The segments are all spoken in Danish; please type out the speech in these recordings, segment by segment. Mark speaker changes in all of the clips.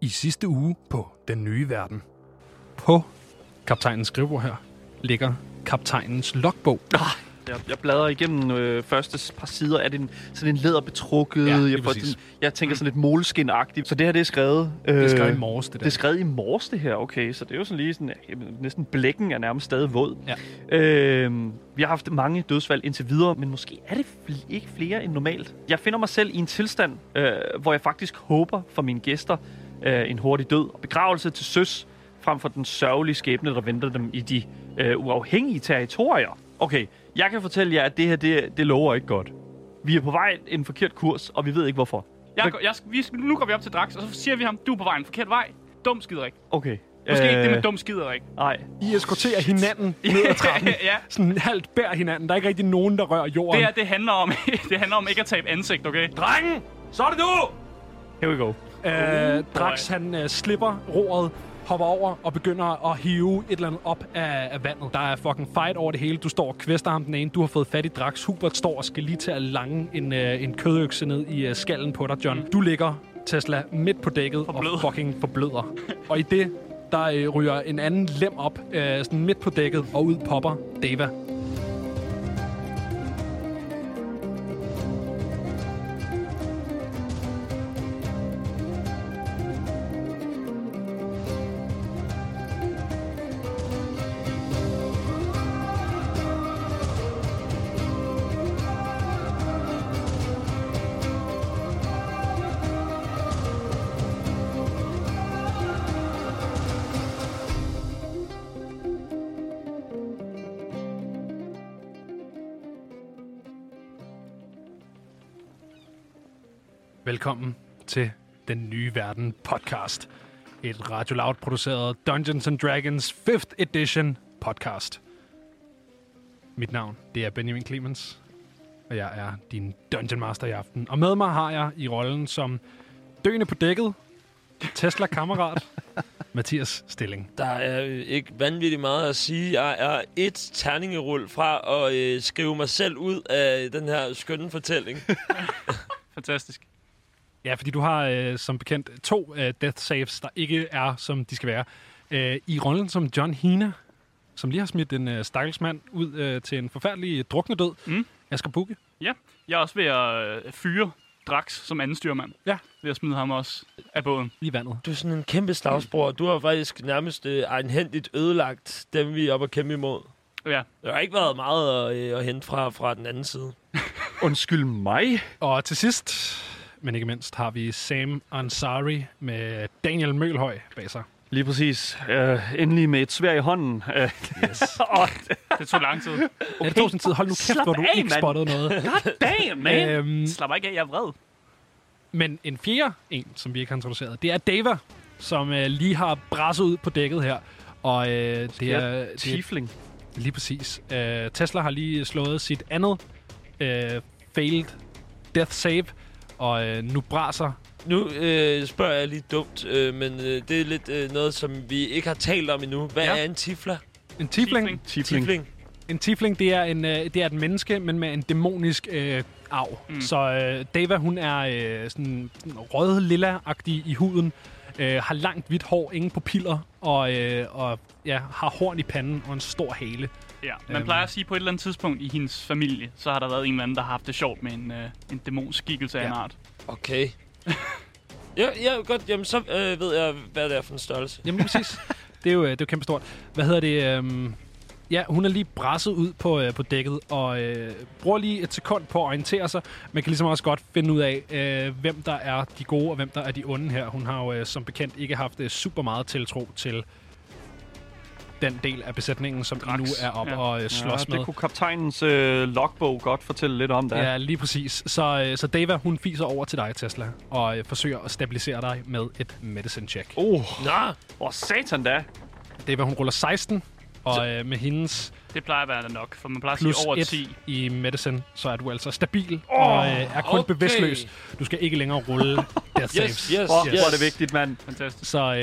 Speaker 1: i sidste uge på Den Nye Verden. På kaptajnens skrivebord her ligger kaptajnens logbog.
Speaker 2: Jeg, jeg bladrer igennem øh, første s- par sider. Er det en, sådan en læderbetrukket?
Speaker 1: Ja, lige
Speaker 2: jeg,
Speaker 1: præcis.
Speaker 2: sådan, jeg tænker sådan lidt moleskin-agtigt. Så det her, det er skrevet... Øh,
Speaker 1: Det er skrevet i morges, det der.
Speaker 2: Det er skrevet i morges, det her, okay. Så det er jo sådan lige sådan, ja, jamen, næsten blækken er nærmest stadig våd.
Speaker 1: Ja.
Speaker 2: Øhm, vi har haft mange dødsfald indtil videre, men måske er det fl- ikke flere end normalt. Jeg finder mig selv i en tilstand, øh, hvor jeg faktisk håber for mine gæster øh, en hurtig død og begravelse til søs, frem for den sørgelige skæbne, der venter dem i de øh, uafhængige territorier. Okay, jeg kan fortælle jer, at det her, det, det lover ikke godt. Vi er på vej en forkert kurs, og vi ved ikke hvorfor.
Speaker 3: Jeg, går- jeg, skal- vi, skal- nu går vi op til Drax, og så siger vi ham, du er på vej en forkert vej. Dum skiderik.
Speaker 2: Okay.
Speaker 3: Måske øh... ikke det
Speaker 2: øh,
Speaker 3: med dum skiderik.
Speaker 2: Nej,
Speaker 1: I eskorterer hinanden ned ad trappen.
Speaker 3: Ja.
Speaker 1: Sådan halvt bær hinanden. Der er ikke rigtig nogen, der rører jorden.
Speaker 3: Det her, det handler om, det handler om ikke at tabe ansigt, okay?
Speaker 2: Drengen, så er det nu! Here we go.
Speaker 1: Øh, Drax han øh, slipper roret, hopper over og begynder at hive et eller andet op af, af vandet. Der er fucking fight over det hele. Du står og kvæster ham den ene. Du har fået fat i Drax. Hubert står og skal lige til at lange en, øh, en kødøkse ned i øh, skallen på dig, John. Du ligger, Tesla, midt på dækket
Speaker 3: Forblød.
Speaker 1: og fucking forbløder. og i det, der øh, ryger en anden lem op øh, sådan midt på dækket, og ud popper Deva. Velkommen til Den Nye Verden podcast. Et Radio Loud produceret Dungeons and Dragons 5th Edition podcast. Mit navn, det er Benjamin Clemens, og jeg er din Dungeon Master i aften. Og med mig har jeg i rollen som døende på dækket, Tesla-kammerat, Mathias Stilling.
Speaker 4: Der er øh, ikke vanvittigt meget at sige. Jeg er et terningerul fra at øh, skrive mig selv ud af den her skønne fortælling.
Speaker 3: Fantastisk.
Speaker 1: Ja, fordi du har øh, som bekendt to øh, death saves, der ikke er, som de skal være. Øh, I rollen som John Hina, som lige har smidt en øh, stakkelsmand ud øh, til en forfærdelig øh, druknedød.
Speaker 3: Mm.
Speaker 1: Jeg skal bukke.
Speaker 3: Ja, jeg er også ved at øh, fyre Drax som anden styrmand.
Speaker 1: Ja.
Speaker 3: Ved at smide ham også af båden.
Speaker 1: I vandet.
Speaker 4: Du er sådan en kæmpe slagsbror. Du har faktisk nærmest øh, egenhændigt ødelagt dem, vi er oppe at kæmpe imod.
Speaker 3: Ja,
Speaker 4: Der har ikke været meget at, øh, at hente fra, fra den anden side.
Speaker 2: Undskyld mig.
Speaker 1: Og til sidst, men ikke mindst, har vi Sam Ansari med Daniel Mølhøj bag sig.
Speaker 2: Lige præcis. Uh, endelig med et svær i hånden. Uh, yes. og,
Speaker 3: det tog lang tid.
Speaker 1: Okay. Ja, det tog sin tid. Hold nu kæft,
Speaker 2: Slap
Speaker 1: hvor du
Speaker 2: af,
Speaker 1: ikke
Speaker 2: mand.
Speaker 1: spottede noget.
Speaker 3: Damn, man!
Speaker 1: Øhm.
Speaker 3: Slap ikke af, jeg er vred.
Speaker 1: Men en fjerde en, som vi ikke har introduceret, det er Dava, som øh, lige har brasset ud på dækket her. Og øh, det, er, det er
Speaker 2: Tiefling.
Speaker 1: Lige præcis. Øh, Tesla har lige slået sit andet øh, failed death save, og øh, nu braser.
Speaker 4: Nu øh, spørger jeg lige dumt, øh, men øh, det er lidt øh, noget, som vi ikke har talt om endnu. Hvad
Speaker 3: Ja.
Speaker 4: ja. er en tifler?
Speaker 1: En tiefling,
Speaker 3: Tiefling.
Speaker 2: Tiefling.
Speaker 1: en tiefling det, er en, øh, det er et menneske, men med en dæmonisk øh, arv. Mm. Så øh, Dava, hun er øh, sådan rød lilla agtig i huden, øh, har langt hvidt hår, ingen pupiller, og, øh, og ja, har horn i panden og en stor hale.
Speaker 3: Ja, man
Speaker 1: Øhm.
Speaker 3: plejer at sige, at på et eller andet tidspunkt i hendes familie, så har der været en eller anden, der har haft det sjovt med en, øh, en dæmonskikkelse af
Speaker 1: Ja.
Speaker 3: en art.
Speaker 4: Okay. ja, ja, godt. Jamen, så øh, ved jeg, hvad det er for en størrelse.
Speaker 1: Jamen lige præcis. det, er jo, øh, det er jo kæmpe stort. Hvad hedder det? Øhm, ja, hun er lige brasset ud på, øh, på dækket, og øh, bruger lige et sekund på at orientere sig. Man kan ligesom også godt finde ud af, øh, hvem der er de gode, og hvem der er de onde her. Hun har jo øh, som bekendt ikke haft øh, super meget tiltro til den del af besætningen, som Drax.
Speaker 3: Drax,
Speaker 1: nu er op
Speaker 3: ja.
Speaker 1: ja. og øh,
Speaker 2: Ja,
Speaker 1: slås med.
Speaker 2: det kunne kaptajnens øh, logbog godt fortælle lidt om, der.
Speaker 1: Ja, lige præcis. Så, øh, så Dava, hun fiser over til dig, Tesla, og øh, forsøger at stabilisere dig med et medicine check.
Speaker 2: Oh,
Speaker 4: Nå,
Speaker 2: hvor satan da.
Speaker 1: Dava, hun ruller 16, og øh, med hendes
Speaker 3: Det plejer at være det nok, for man plejer at sige
Speaker 1: plus
Speaker 3: over
Speaker 1: 1
Speaker 3: 10.
Speaker 1: i medicine, så er du altså stabil oh, og øh, er kun okay.
Speaker 4: okay.
Speaker 1: bevidstløs. Du skal ikke længere rulle death
Speaker 4: yes,
Speaker 1: saves.
Speaker 4: yes, yes.
Speaker 2: Hvor, yes. hvor er det vigtigt, mand.
Speaker 3: Fantastisk.
Speaker 1: Så øh,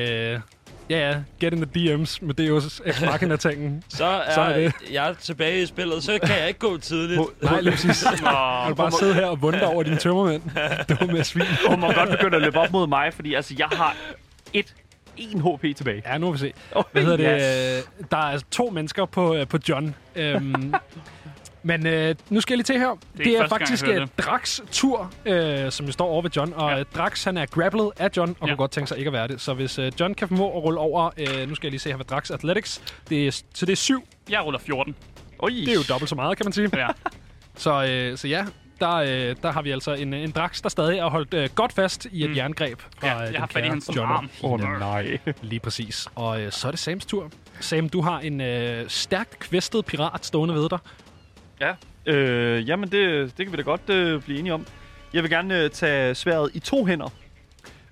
Speaker 1: ja, ja, get in the DM's med Deus Ex Machina tingen.
Speaker 4: Så er,
Speaker 1: Så
Speaker 4: så
Speaker 1: er
Speaker 4: er
Speaker 1: det.
Speaker 4: jeg tilbage i spillet, så kan jeg ikke gå tidligt.
Speaker 1: Nej, lige præcis. Du
Speaker 3: Og
Speaker 1: kan bare sidde her og vunde dig over dine tømmermænd. Dumme svin.
Speaker 2: Hun må godt begynde at løbe op mod mig, fordi altså, jeg har et, en HP tilbage.
Speaker 1: Ja, nu må vi se.
Speaker 2: Oh,
Speaker 1: Hvad hedder det? Øh, Der er to mennesker på, øh, på John. Øhm, men øh, nu skal jeg lige til her. Det er, det er
Speaker 3: første gang,
Speaker 1: faktisk
Speaker 3: jeg hører
Speaker 1: øh, Drax' tur, øh, som jo står over ved John. Og
Speaker 3: Ja.
Speaker 1: ja. Drax, han er grapplet af John, og ja.
Speaker 3: Ja.
Speaker 1: kunne godt tænke sig ikke at være det. Så hvis øh, John kan formå at rulle over... Øh, nu skal jeg lige se her, hvad Drax Athletics... Det er, så det er syv.
Speaker 3: Jeg ruller 14.
Speaker 2: Oj.
Speaker 1: Det er jo dobbelt så meget, kan man sige.
Speaker 3: Ja.
Speaker 1: Så, øh, så ja, der, øh, der har vi altså en, en Drax, der stadig er holdt øh, godt fast i et mm. jerngreb fra
Speaker 3: Ja,
Speaker 1: øh,
Speaker 3: jeg
Speaker 1: den
Speaker 3: har fat i
Speaker 1: kære
Speaker 3: hans
Speaker 1: Johnny.
Speaker 3: arm.
Speaker 2: Åh oh, nej.
Speaker 1: Lige præcis. Og øh, så er det Sams tur. Sam, du har en øh, stærkt kvæstet pirat stående ved dig.
Speaker 2: Ja, øh, jamen det, det kan vi da godt øh, blive enige om. Jeg vil gerne øh, tage sværet i to hænder,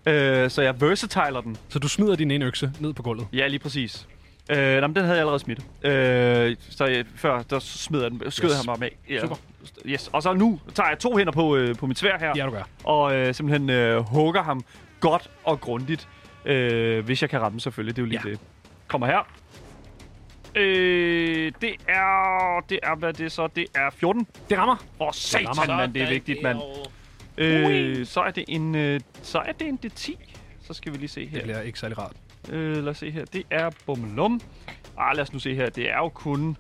Speaker 2: øh, så jeg versatiler den.
Speaker 1: Så du smider din ene økse ned på gulvet.
Speaker 2: Ja, lige præcis. Øh, nej, men den havde jeg allerede smidt. Øh, så jeg, før, der smed jeg den, skød
Speaker 1: Yes.
Speaker 2: yes. han bare med. Ja.
Speaker 1: Super.
Speaker 2: Yes. Og så nu tager jeg to hænder på, øh, på mit svær her,
Speaker 1: Ja, du gør.
Speaker 2: og øh, simpelthen øh, hugger ham godt og grundigt. Øh, hvis jeg kan ramme selvfølgelig, det er jo lige
Speaker 1: Ja.
Speaker 2: ja. det. Kommer her. Øh, det er... Det er, hvad er det så? Det er 14.
Speaker 1: Det rammer.
Speaker 2: Åh, oh, satan, mand, det er vigtigt, mand. Øh, så er det en... Øh, så er det en D10. Så skal vi lige se her.
Speaker 1: Det bliver ikke særlig rart.
Speaker 2: Øh, lad os se her. Det er bummelum. Ah, lad os nu se her. Det er jo kun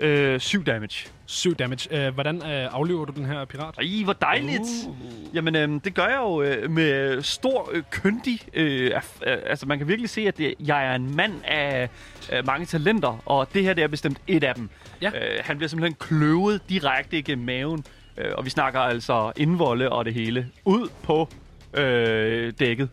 Speaker 2: øh, 7 damage.
Speaker 1: 7 damage. Øh, hvordan øh, aflever du den her pirat?
Speaker 2: Ej, hvor dejligt! Uh. Jamen, øhm, det gør jeg jo øh, med stor øh, køndig... Øh, erf- øh, altså, man kan virkelig se, at det, jeg er en mand af øh, mange talenter, og det her det er bestemt et af dem.
Speaker 1: Ja.
Speaker 2: Øh, han bliver simpelthen kløvet direkte igennem maven, øh, og vi snakker altså indvolde og det hele. Ud på øh, dækket,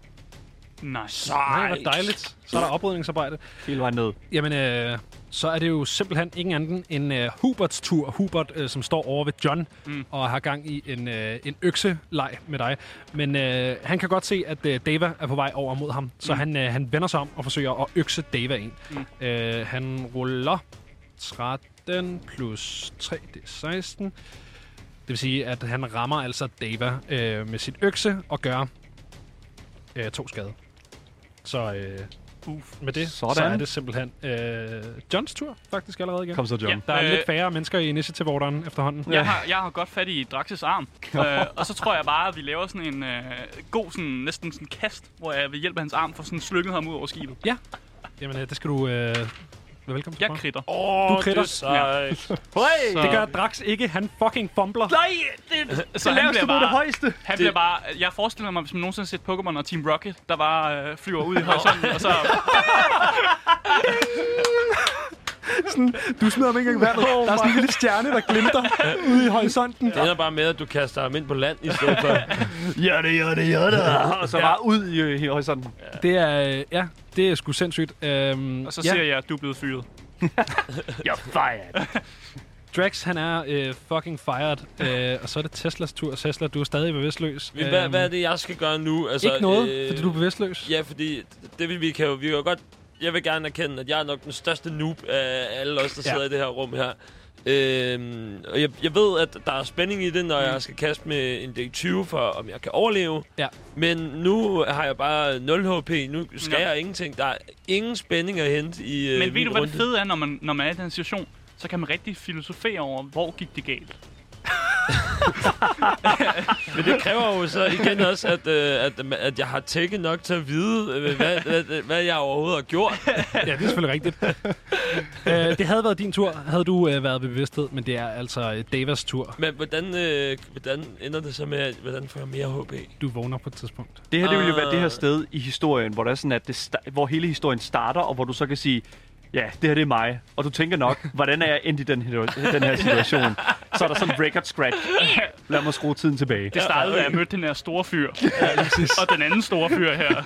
Speaker 3: Nice.
Speaker 1: Nej, hvor dejligt. Så er der oprydningsarbejde.
Speaker 2: hele vejen ned.
Speaker 1: Jamen, øh, så er det jo simpelthen ingen anden end øh, Huberts tur. Hubert, øh, som står over ved John mm. og har gang i en, øh, en økseleg med dig. Men øh, han kan godt se, at øh, Dava er på vej over mod ham. Så mm. han, øh, han vender sig om og forsøger at økse Dava ind. Mm. Øh, han ruller 13 plus 3, det er 16. Det vil sige, at han rammer altså Dava øh, med sit økse og gør øh, to skade. Så øh, uf, med det, Sådan. så
Speaker 2: Sådan.
Speaker 1: er det simpelthen øh, Johns tur faktisk allerede igen.
Speaker 2: Kom så, John.
Speaker 3: Ja.
Speaker 1: Der er øh,
Speaker 3: Øh,
Speaker 1: lidt færre mennesker i initiative-orderen efterhånden.
Speaker 3: Jeg har, jeg har godt fat i Draxes arm, øh, og så tror jeg bare, at vi laver sådan en øh, god, sådan, næsten sådan kast, hvor jeg ved hjælp af hans arm får sådan slykket ham ud over skibet.
Speaker 1: Ja. Jamen, øh, det skal du... Øh, være velkommen til.
Speaker 3: Jeg
Speaker 1: for.
Speaker 3: kritter.
Speaker 4: Åh,
Speaker 1: Du
Speaker 4: det
Speaker 1: kritter.
Speaker 4: er sejt.
Speaker 2: Hey!
Speaker 1: Det gør Drax ikke. Han fucking fumbler.
Speaker 2: Nej! Det,
Speaker 3: Så
Speaker 4: Altså,
Speaker 2: så det
Speaker 3: han
Speaker 2: laveste
Speaker 3: bliver
Speaker 2: mod det
Speaker 3: bare-
Speaker 2: højeste!
Speaker 3: Han bliver bare... Jeg forestiller mig, hvis man nogensinde har set Pokémon og Team Rocket, der bare øh, flyver ud i horisonten, og så...
Speaker 1: Du smider ham ikke engang i vandet. Oh der er sådan en lille stjerne, der glimter ude i horisonten.
Speaker 4: Det ender bare med, at du kaster ham ind på land i stedet for.
Speaker 2: Ja, det, ja, det, ja, det. Og så ja. bare ud i, i horisonten.
Speaker 1: Det er, øh, ja, det er sgu sindssygt. Øhm,
Speaker 3: Og så
Speaker 1: ja.
Speaker 3: siger jeg, at du er blevet fyret.
Speaker 2: Ja, fejl.
Speaker 1: Drax, han er øh, fucking fired. Øh, og så er det Teslas tur. Tesla, du er stadig bevidstløs. Øhm,
Speaker 4: Men Hvad, hvad er det, jeg skal gøre nu? Altså,
Speaker 1: Ikke noget, øh, fordi du er bevidstløs.
Speaker 4: Ja, fordi det vil vi kan jo, vi kan jo godt... Jeg vil gerne erkende, at jeg er nok den største noob af alle os, der
Speaker 1: Ja.
Speaker 4: ja. sidder i det her rum her. Øhm, og jeg, jeg ved, at der er spænding i det, når mm. jeg skal kaste med en D20 for, om jeg kan overleve.
Speaker 1: Ja.
Speaker 4: Men nu har jeg bare 0 HP. Nu skal
Speaker 3: Ja.
Speaker 4: ja. jeg ingenting. Der er ingen spænding at hente i øh,
Speaker 3: Men ved
Speaker 4: min
Speaker 3: du, hvad det
Speaker 4: runde.
Speaker 3: fede er, når man, når man er i den situation? Så kan man rigtig filosofere over, hvor gik det galt.
Speaker 4: Men det kræver jo så igen også, at, øh, at, at jeg har tækket nok til at vide, øh, hvad, hvad, hvad jeg overhovedet har gjort.
Speaker 1: Ja, det er selvfølgelig rigtigt. øh, det havde været din tur, havde du øh, været ved bevidsthed, men det er altså øh, Davas tur.
Speaker 4: Men hvordan, øh, hvordan ender det så med, at, hvordan får jeg mere HP?
Speaker 1: Du vågner på et tidspunkt.
Speaker 2: Det her det ville jo
Speaker 4: Ah.
Speaker 2: være det her sted i historien, hvor, der er sådan, at det sta- hvor hele historien starter, og hvor du så kan sige, ja, det her det er mig. Og du tænker nok, hvordan er jeg endt i den her, den her situation? Så er der sådan en record scratch. Lad mig skrue tiden tilbage.
Speaker 3: Det startede, da jeg mødte den her store fyr. og den anden store fyr her.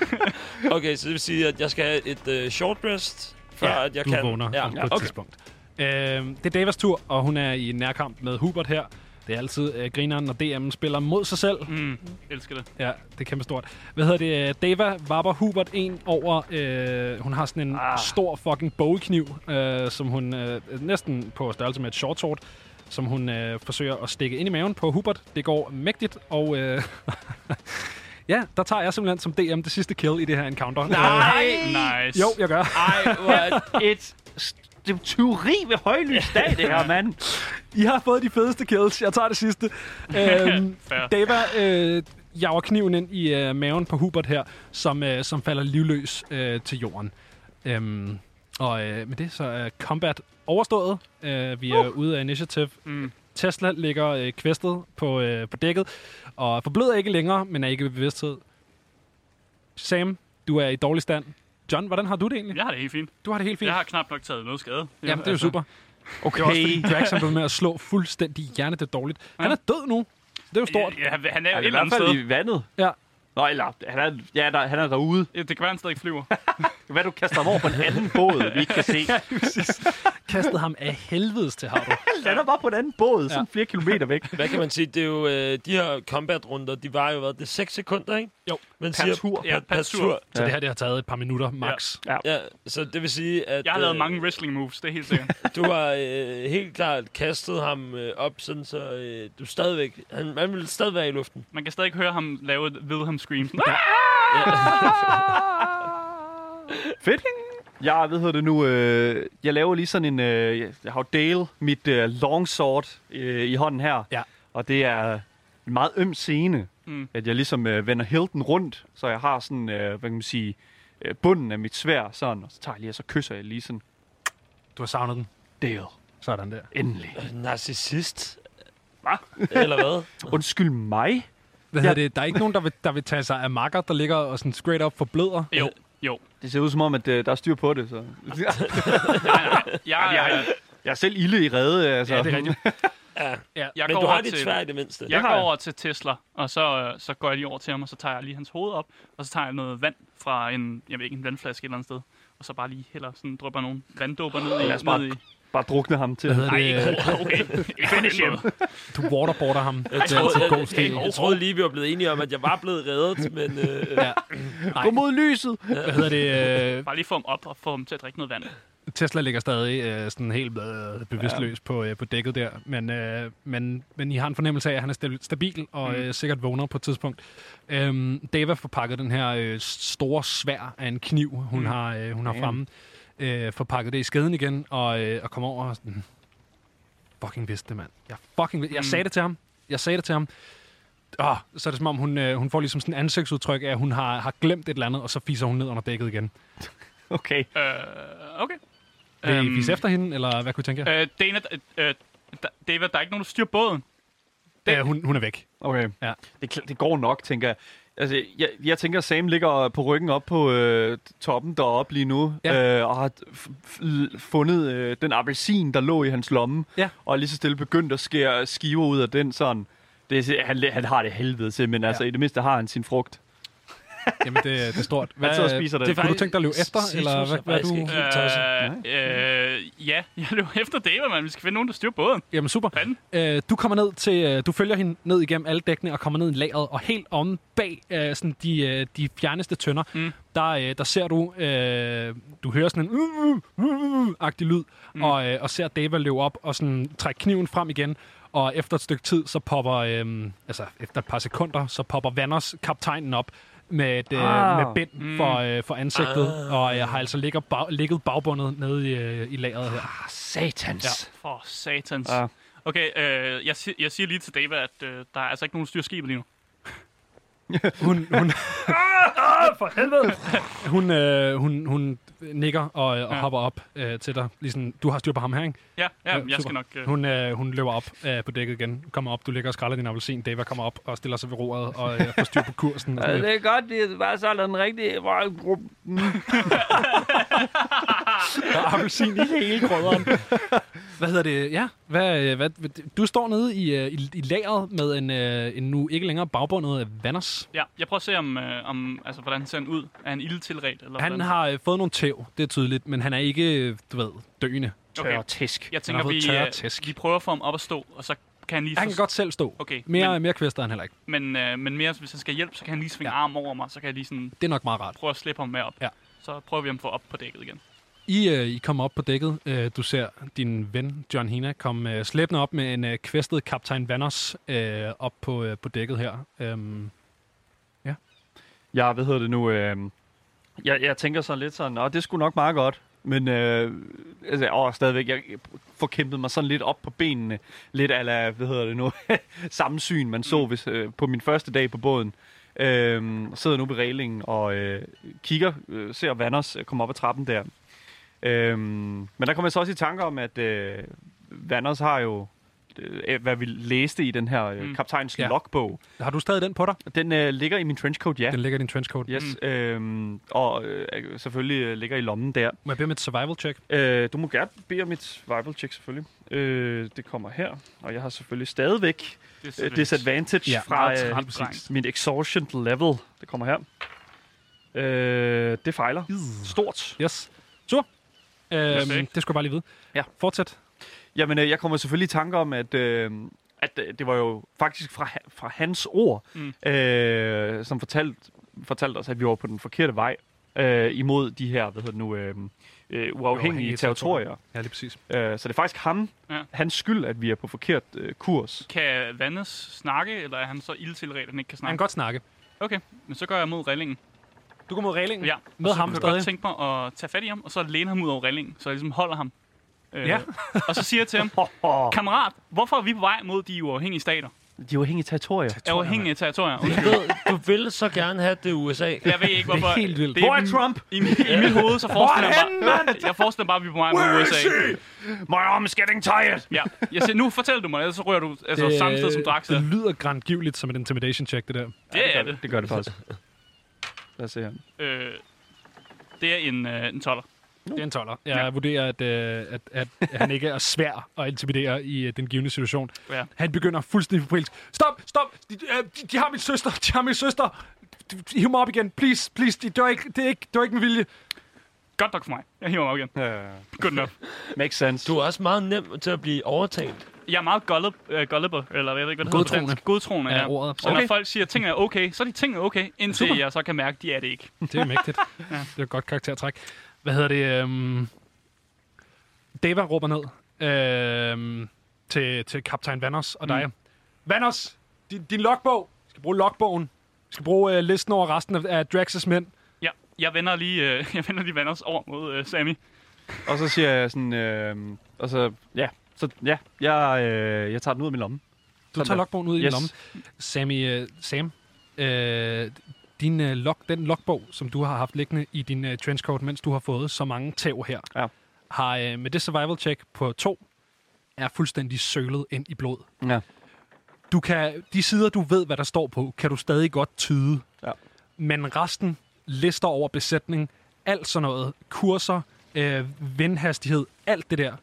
Speaker 4: Okay, så det vil sige, at jeg skal have et øh, short rest, før
Speaker 1: ja,
Speaker 4: at jeg
Speaker 1: du
Speaker 4: kan...
Speaker 1: vågner
Speaker 4: ja,
Speaker 1: på
Speaker 4: ja,
Speaker 1: et
Speaker 4: okay.
Speaker 1: tidspunkt. Øh, det er Davas tur, og hun er i nærkamp med Hubert her. Det er altid øh, grineren, når DM'en spiller mod sig selv.
Speaker 3: Mm, elsker det.
Speaker 1: Ja, det er kæmpe stort. Hvad hedder det? øh, Dava vapper Hubert en over... Øh, hun har sådan en ah.
Speaker 2: Ah.
Speaker 1: stor fucking bogekniv, øh, som hun øh, næsten på størrelse med et short sword, som hun øh, forsøger at stikke ind i maven på Hubert. Det går mægtigt, og... Øh, ja, der tager jeg simpelthen som DM det sidste kill i det her encounter. Øh,
Speaker 3: Nice.
Speaker 1: jo, jeg gør.
Speaker 2: Ej, hvor er et... st- Det er jo tyveri ved højlys dag, det her, mand.
Speaker 1: I har fået de fedeste kills. Jeg tager det sidste. Øhm,
Speaker 3: Fair.
Speaker 1: Dava øh, jager kniven ind i øh, maven på Hubert her, som, øh, som falder livløs øh, til jorden. Øhm, og øh, med det så er combat overstået. Øh, vi er uh. ude af initiative.
Speaker 3: Mm.
Speaker 1: Tesla ligger øh, kvæstet på, øh, på dækket, og forbløder ikke længere, men er ikke ved bevidsthed. Sam, du er i dårlig stand. John, hvordan har du det egentlig?
Speaker 3: Jeg har det helt fint.
Speaker 1: Du har det helt fint.
Speaker 3: Jeg altså, har knap nok taget noget skade.
Speaker 1: Jamen, det er jo super. Det
Speaker 2: Okay.
Speaker 1: er også fordi Drax han blev med at slå fuldstændig hjernedødt dåligt. Han er død nu. Så det er jo stort.
Speaker 3: Ja, han- han er
Speaker 2: Han
Speaker 3: jo et
Speaker 2: er i
Speaker 3: eller
Speaker 2: hvert
Speaker 3: andet
Speaker 2: fald
Speaker 3: sted.
Speaker 2: i vandet.
Speaker 1: Ja.
Speaker 2: Nå, eller han er, ja, der, han er derude.
Speaker 3: Ja, Det kan være, han stadig flyver.
Speaker 2: Hvad du kaster ham over på en anden båd, vi ikke kan se.
Speaker 1: Kastede ham af helvedes til havet.
Speaker 2: Han lander bare på en anden båd, sådan
Speaker 1: Ja.
Speaker 2: flere kilometer væk.
Speaker 4: Hvad kan man sige? Det er jo, øh, de her combat-runder, de var jo, hvad, det er 6 sekunder, ikke?
Speaker 1: Jo.
Speaker 4: Man
Speaker 2: Per tur.
Speaker 4: Ja, per, per tur.
Speaker 1: Så det her det har taget et par minutter max.
Speaker 4: Ja, så det vil sige, at
Speaker 3: Jeg har lavet
Speaker 4: øh,
Speaker 3: mange wrestling moves, det er helt sikkert.
Speaker 4: du har øh, helt klart kastet ham øh, op, sådan så øh, du stadigvæk, han, han vil stadig være i luften.
Speaker 3: Man kan stadig høre ham lave et Wilhelm scream. Sådan,
Speaker 2: Fedt. Jeg ved, hedder det nu, øh, jeg laver lige sådan en, øh, jeg har jo Dale, mit øh, longsword øh, i hånden her.
Speaker 1: Ja.
Speaker 2: Og det er en meget øm scene,
Speaker 3: Mm.
Speaker 2: mm. at jeg ligesom øh, vender helten rundt, så jeg har sådan, øh, hvad kan man sige, øh, bunden af mit svær sådan, og så tager jeg lige, og så kysser jeg lige sådan,
Speaker 1: Du har savnet den.
Speaker 2: Dale,
Speaker 1: Sådan der.
Speaker 2: endelig.
Speaker 4: Narcissist. Hvad? Eller hvad?
Speaker 2: Undskyld mig?
Speaker 1: Hvad
Speaker 2: Ja.
Speaker 1: hedder det? Der er ikke nogen, der vil, der vil tage sig af makker, der ligger og sådan straight up forbløder.
Speaker 3: Jo, jo.
Speaker 2: Det ser ud som om, at øh, der er styr på det, så.
Speaker 3: Jeg, jeg,
Speaker 2: Jeg er selv ilde i redde, altså.
Speaker 1: Ja, det er rigtigt.
Speaker 4: Ja.
Speaker 1: Ja.
Speaker 3: jeg
Speaker 4: Men
Speaker 3: går
Speaker 4: du har
Speaker 3: over
Speaker 4: dit
Speaker 3: til,
Speaker 4: svært i det mindste.
Speaker 3: jeg
Speaker 2: har
Speaker 3: går
Speaker 2: jeg.
Speaker 3: over til Tesla, og så, øh, så går jeg lige over til ham, og så tager jeg lige hans hoved op, og så tager jeg noget vand fra en, jeg ved ikke, en vandflaske et eller andet sted, og så bare lige hælder, sådan drypper nogle vanddåber ned i.
Speaker 2: Lad os bare-
Speaker 3: ned i.
Speaker 2: Bare drukne ham til.
Speaker 1: Hvad hedder
Speaker 3: Nej, ikke
Speaker 1: det?
Speaker 3: okay. Finish him.
Speaker 1: Du waterboarder ham. Det
Speaker 4: Jeg
Speaker 1: er
Speaker 4: troede,
Speaker 1: altid
Speaker 4: jeg,
Speaker 1: god
Speaker 4: jeg,
Speaker 1: stil.
Speaker 4: jeg, troede lige, vi var blevet enige om, at jeg var blevet reddet, men øh,
Speaker 1: Ja.
Speaker 2: Gå mod lyset!
Speaker 1: Hvad hedder det? Øh,
Speaker 3: Bare lige få ham op og få ham til at drikke noget vand.
Speaker 1: Tesla ligger stadig øh, sådan helt øh, bevidstløs på, øh, på dækket der. Men, øh, men, men I har en fornemmelse af, at han er stabil, stabil og
Speaker 3: Mm.
Speaker 1: øh, sikkert vågner på et tidspunkt. Øhm, Dava får pakket den her øh, store svær af en kniv, hun
Speaker 3: Mm.
Speaker 1: har, øh, hun har fremme. Øh, får pakket det i skeden igen og, øh, og kommer over og sådan, fucking vidste det, mand. Jeg fucking vidste. Jeg
Speaker 3: Mm.
Speaker 1: sagde det til ham. Jeg sagde det til ham. Åh, så er det som om, hun, øh, hun får ligesom sådan en ansigtsudtryk af, at hun har, har glemt et eller andet, og så fiser hun ned under dækket igen.
Speaker 2: Okay.
Speaker 3: Øh, okay.
Speaker 1: Vil I
Speaker 3: Øhm,
Speaker 1: fise efter hende, eller hvad kunne I tænke jer?
Speaker 3: Øh, Dana, øh, øh, da- David, der er ikke nogen, der styrer båden.
Speaker 1: Øh, hun, hun er væk.
Speaker 2: Okay.
Speaker 1: Ja.
Speaker 2: Det, kl- det går nok, tænker jeg. Altså, jeg, jeg tænker, at Sam ligger på ryggen op på øh, toppen deroppe lige nu,
Speaker 1: Ja.
Speaker 2: øh, og har f- f- fundet øh, den appelsin, der lå i hans lomme,
Speaker 1: Ja.
Speaker 2: og lige så stille begyndt at skære skiver ud af den sådan. Det, er- han, han har det helvede til, men ja. altså, i det mindste har han sin frugt.
Speaker 1: Jamen, det, det er stort. Hvad,
Speaker 2: Han sidder og spiser den.
Speaker 1: det
Speaker 2: Det
Speaker 1: kunne du tænke dig at løbe efter,
Speaker 4: Citrus
Speaker 1: eller hvad,
Speaker 4: er
Speaker 1: hvad er
Speaker 4: faktisk
Speaker 1: du?
Speaker 4: ikke- Helt tosset.
Speaker 3: Øh, øh, ja, jeg løber efter David, man. Vi skal finde nogen, der styrer båden.
Speaker 1: Jamen, super.
Speaker 3: Fanden.
Speaker 1: Øh, du kommer ned til, øh, du følger hende ned igennem alle dækkene og kommer ned i lageret, og helt om bag øh, sådan de, øh, de fjerneste tønder,
Speaker 3: Mm.
Speaker 1: der, øh, der ser du, øh, du hører sådan en uh, uh, uh, uh, agtig lyd, mm. og, øh, og ser Dava løbe op og sådan trække kniven frem igen, og efter et stykke tid, så popper, øh, altså efter et par sekunder, så popper Vanders kaptajnen op med et, øh,
Speaker 2: Ah.
Speaker 1: med bind mm. for, øh, for ansigtet, ah. og øh, har altså ligger bag, ligget bagbundet nede i, øh, i lageret her.
Speaker 2: Ah, satans.
Speaker 3: For satans.
Speaker 2: Ja.
Speaker 3: Okay, øh, jeg, si- jeg siger lige til David, at øh, der er altså ikke nogen, der styrer skibet lige nu.
Speaker 1: Hun, hun, hun, øh, hun, hun nikker og, øh, og
Speaker 3: Ja.
Speaker 1: ja. hopper op øh, til dig. Ligesom, du har styr på ham her, ikke?
Speaker 3: Ja, ja,
Speaker 1: Ja,
Speaker 3: ja jeg skal
Speaker 1: super.
Speaker 3: nok... Øh,
Speaker 1: Hun, øh, hun løber op øh, på dækket igen. Kommer op, du ligger og skræller din appelsin. Dava kommer op og stiller sig ved roret og øh, får styr på kursen. Og sådan lidt.
Speaker 2: er godt, det var sådan en rigtig...
Speaker 1: Der er appelsin i hele grødderen. Hvad hedder det? Ja, hvad, øh, hvad, du står nede i, øh, i, i lageret med en, øh, en nu ikke længere bagbundet øh, Vanders.
Speaker 3: ja, jeg prøver at se, om, øh, om, altså, hvordan ser han ud. Er han ildtilredt? Eller
Speaker 1: Han
Speaker 3: hvordan?
Speaker 1: har øh, fået nogle tæv, det er tydeligt, men han er ikke, øh, du ved, døende.
Speaker 3: Okay.
Speaker 2: Tør tæsk.
Speaker 3: Jeg
Speaker 1: har
Speaker 3: tænker,
Speaker 1: fået
Speaker 3: vi,
Speaker 1: tørre
Speaker 3: øh,
Speaker 1: tæsk.
Speaker 3: vi prøver at få ham op at stå, og så kan han lige...
Speaker 1: Han kan
Speaker 3: få-
Speaker 1: godt selv stå.
Speaker 3: Okay,
Speaker 1: Mere,
Speaker 3: men-
Speaker 1: mere kvæster han heller ikke.
Speaker 3: Men, øh, men mere, hvis han skal hjælpe, så kan han lige svinge ja. arm over mig, så kan jeg lige sådan
Speaker 1: Det er nok meget rart.
Speaker 3: prøve at slippe ham med op.
Speaker 1: Ja.
Speaker 3: Så prøver vi at få op på dækket igen.
Speaker 1: I, øh, I kommer op på dækket. Øh, du ser din ven, John Hina, komme øh, slæbende op med en øh, kvæstet kaptajn Vanders øh, op på, øh, på dækket her. Øhm,
Speaker 2: øhm, Jeg, hvad hedder det nu... Øh, jeg, jeg tænker sådan lidt sådan, og det skulle nok meget godt. Men øh, altså, åh, stadigvæk, jeg får kæmpet mig sådan lidt op på benene. Lidt ala, hvad hedder det nu, sammensyn, man så hvis, øh, på min første dag på båden. Øh, sidder nu ved reglingen og øh, kigger, øh, ser Vanders øh, komme op ad trappen der. Øh, men der kommer jeg så også i tanker om, at øh, Vanders har jo, øh, hvad vi læste i den her øh,
Speaker 3: Mm.
Speaker 2: kaptajns
Speaker 1: Ja.
Speaker 2: ja. logbog.
Speaker 1: Har du stadig den på dig?
Speaker 2: Den øh, ligger i min trenchcoat, ja.
Speaker 1: Den ligger i din trenchcoat. Yeah.
Speaker 2: Yes, mm. øhm, og øh, selvfølgelig øh, ligger i lommen der.
Speaker 1: Må jeg bede om et survival check?
Speaker 2: Øh, du må gerne bede om et survival check, selvfølgelig. Øh, det kommer her, og jeg har selvfølgelig stadigvæk
Speaker 3: Det
Speaker 2: øh, disadvantage
Speaker 1: Ja,
Speaker 2: ja, fra
Speaker 3: meget
Speaker 2: øh,
Speaker 3: træt,
Speaker 2: lige præcis. min exhaustion level. Det kommer her. Øh, det fejler. Stort.
Speaker 1: Yes. Sur. Øhm,
Speaker 3: Perfekt.
Speaker 1: det skulle jeg bare lige vide.
Speaker 2: Ja.
Speaker 1: Fortsæt.
Speaker 2: Jamen, øh, jeg kommer selvfølgelig i tanke om, at, øh, at øh, det var jo faktisk fra, ha- fra hans ord, mm.
Speaker 3: Mm.
Speaker 2: øh, som fortalte fortalte os, at vi var på den forkerte vej øh, imod de her, hvad hedder det nu, øh, øh, uafhængige
Speaker 1: Uafhængige
Speaker 2: territorier.
Speaker 1: Ja, lige præcis.
Speaker 2: Øh, så det er faktisk ham, ja.
Speaker 3: Ja.
Speaker 2: hans skyld, at vi er på forkert øh, kurs.
Speaker 3: Kan Vandes snakke, eller er han så ildtilredt, at han ikke
Speaker 1: Han kan
Speaker 3: kan snakke?
Speaker 1: godt snakke.
Speaker 3: Okay, men så går jeg mod rillingen.
Speaker 1: Du går mod reglingen.
Speaker 3: Ja,
Speaker 1: Med
Speaker 3: og så
Speaker 1: ham
Speaker 3: kunne jeg
Speaker 1: stadig.
Speaker 3: godt tænke mig at tage fat i ham, og så læne ham ud over rillingen, så jeg ligesom holder ham. Øh,
Speaker 1: Ja.
Speaker 3: og så siger jeg til ham,
Speaker 2: Oh, oh.
Speaker 3: kammerat, hvorfor er vi på vej mod de uafhængige stater?
Speaker 2: De er uafhængige territorier.
Speaker 3: Er uafhængige territorier.
Speaker 4: Du, ved, du vil så gerne have det i USA.
Speaker 3: Jeg ved ikke, hvorfor.
Speaker 1: Det er helt vildt.
Speaker 2: Hvor
Speaker 3: i
Speaker 2: er
Speaker 3: mit-
Speaker 2: Trump?
Speaker 3: I, mi- I mit hoved, så forestiller jeg mig bare, jeg forestiller bare, at vi er på vej mod USA.
Speaker 2: My arm is getting tired!
Speaker 3: Ja, jeg siger, nu fortæl du mig, ellers så rører du altså, det, samme sted som Drax.
Speaker 1: Det
Speaker 3: Det,
Speaker 1: lyder grandgiveligt som et intimidation check, det der.
Speaker 3: det er
Speaker 2: gør
Speaker 3: det.
Speaker 2: Det gør det faktisk. Lad os se her.
Speaker 3: Øh, det er en, øh, en toller.
Speaker 1: Det er en toller. Jeg ja. vurderer, at, øh, at, at han ikke er svær at intimidere i øh, den givende situation.
Speaker 3: Ja.
Speaker 1: Han begynder fuldstændig på engelsk. Stop, stop! De, øh, de, de har min søster! De har min søster! De- de- Hiv mig op igen, please, please. De, det, var ikke, det, er ikke, det var ikke med vilje.
Speaker 3: Godt nok for mig. Jeg hiver mig op igen.
Speaker 2: Uh,
Speaker 3: Good enough.
Speaker 2: makes sense.
Speaker 4: Du er også meget nem til at blive overtalt.
Speaker 3: Jeg er meget gullible, øh, gullible eller jeg ved ikke, hvad det
Speaker 1: Godtroende.
Speaker 3: hedder på dansk. Godtroende.
Speaker 1: Er
Speaker 3: ja.
Speaker 1: ordet.
Speaker 3: Så
Speaker 1: Okay.
Speaker 3: når folk siger, at ting er okay, så er de ting er okay, indtil jeg så kan mærke, at de er det ikke.
Speaker 1: Det er mægtigt. ja. Det er et godt karaktertræk. Hvad hedder det? Øhm... Deva råber ned øhm... til, til kaptajn Vanders og dig. Mm. Vanders, din, din logbog. Vi skal bruge logbogen. Vi skal bruge øh, listen over resten af, af Drax's mænd.
Speaker 3: Ja, jeg vender lige, øh, jeg vender lige Vanders over mod øh, Sammy.
Speaker 2: Og så siger jeg sådan, øh, og så, ja, så, ja, jeg, øh, jeg tager den ud af min lomme.
Speaker 1: Du
Speaker 2: Sådan
Speaker 1: tager
Speaker 2: der.
Speaker 1: logbogen ud yes. i
Speaker 2: Yes.
Speaker 1: lommen. Sammy, øh, Sam, øh, din, øh, log, den logbog, som du har haft liggende i din øh, trenchcoat, mens du har fået så mange tæv her,
Speaker 2: Ja.
Speaker 1: har øh, med det survival check på to, er fuldstændig sølet ind i blod.
Speaker 2: Ja.
Speaker 1: Du kan, de sider, du ved, hvad der står på, kan du stadig godt tyde.
Speaker 2: Ja.
Speaker 1: Men resten, lister over besætning, alt sådan noget, kurser, øh, vindhastighed, alt det der,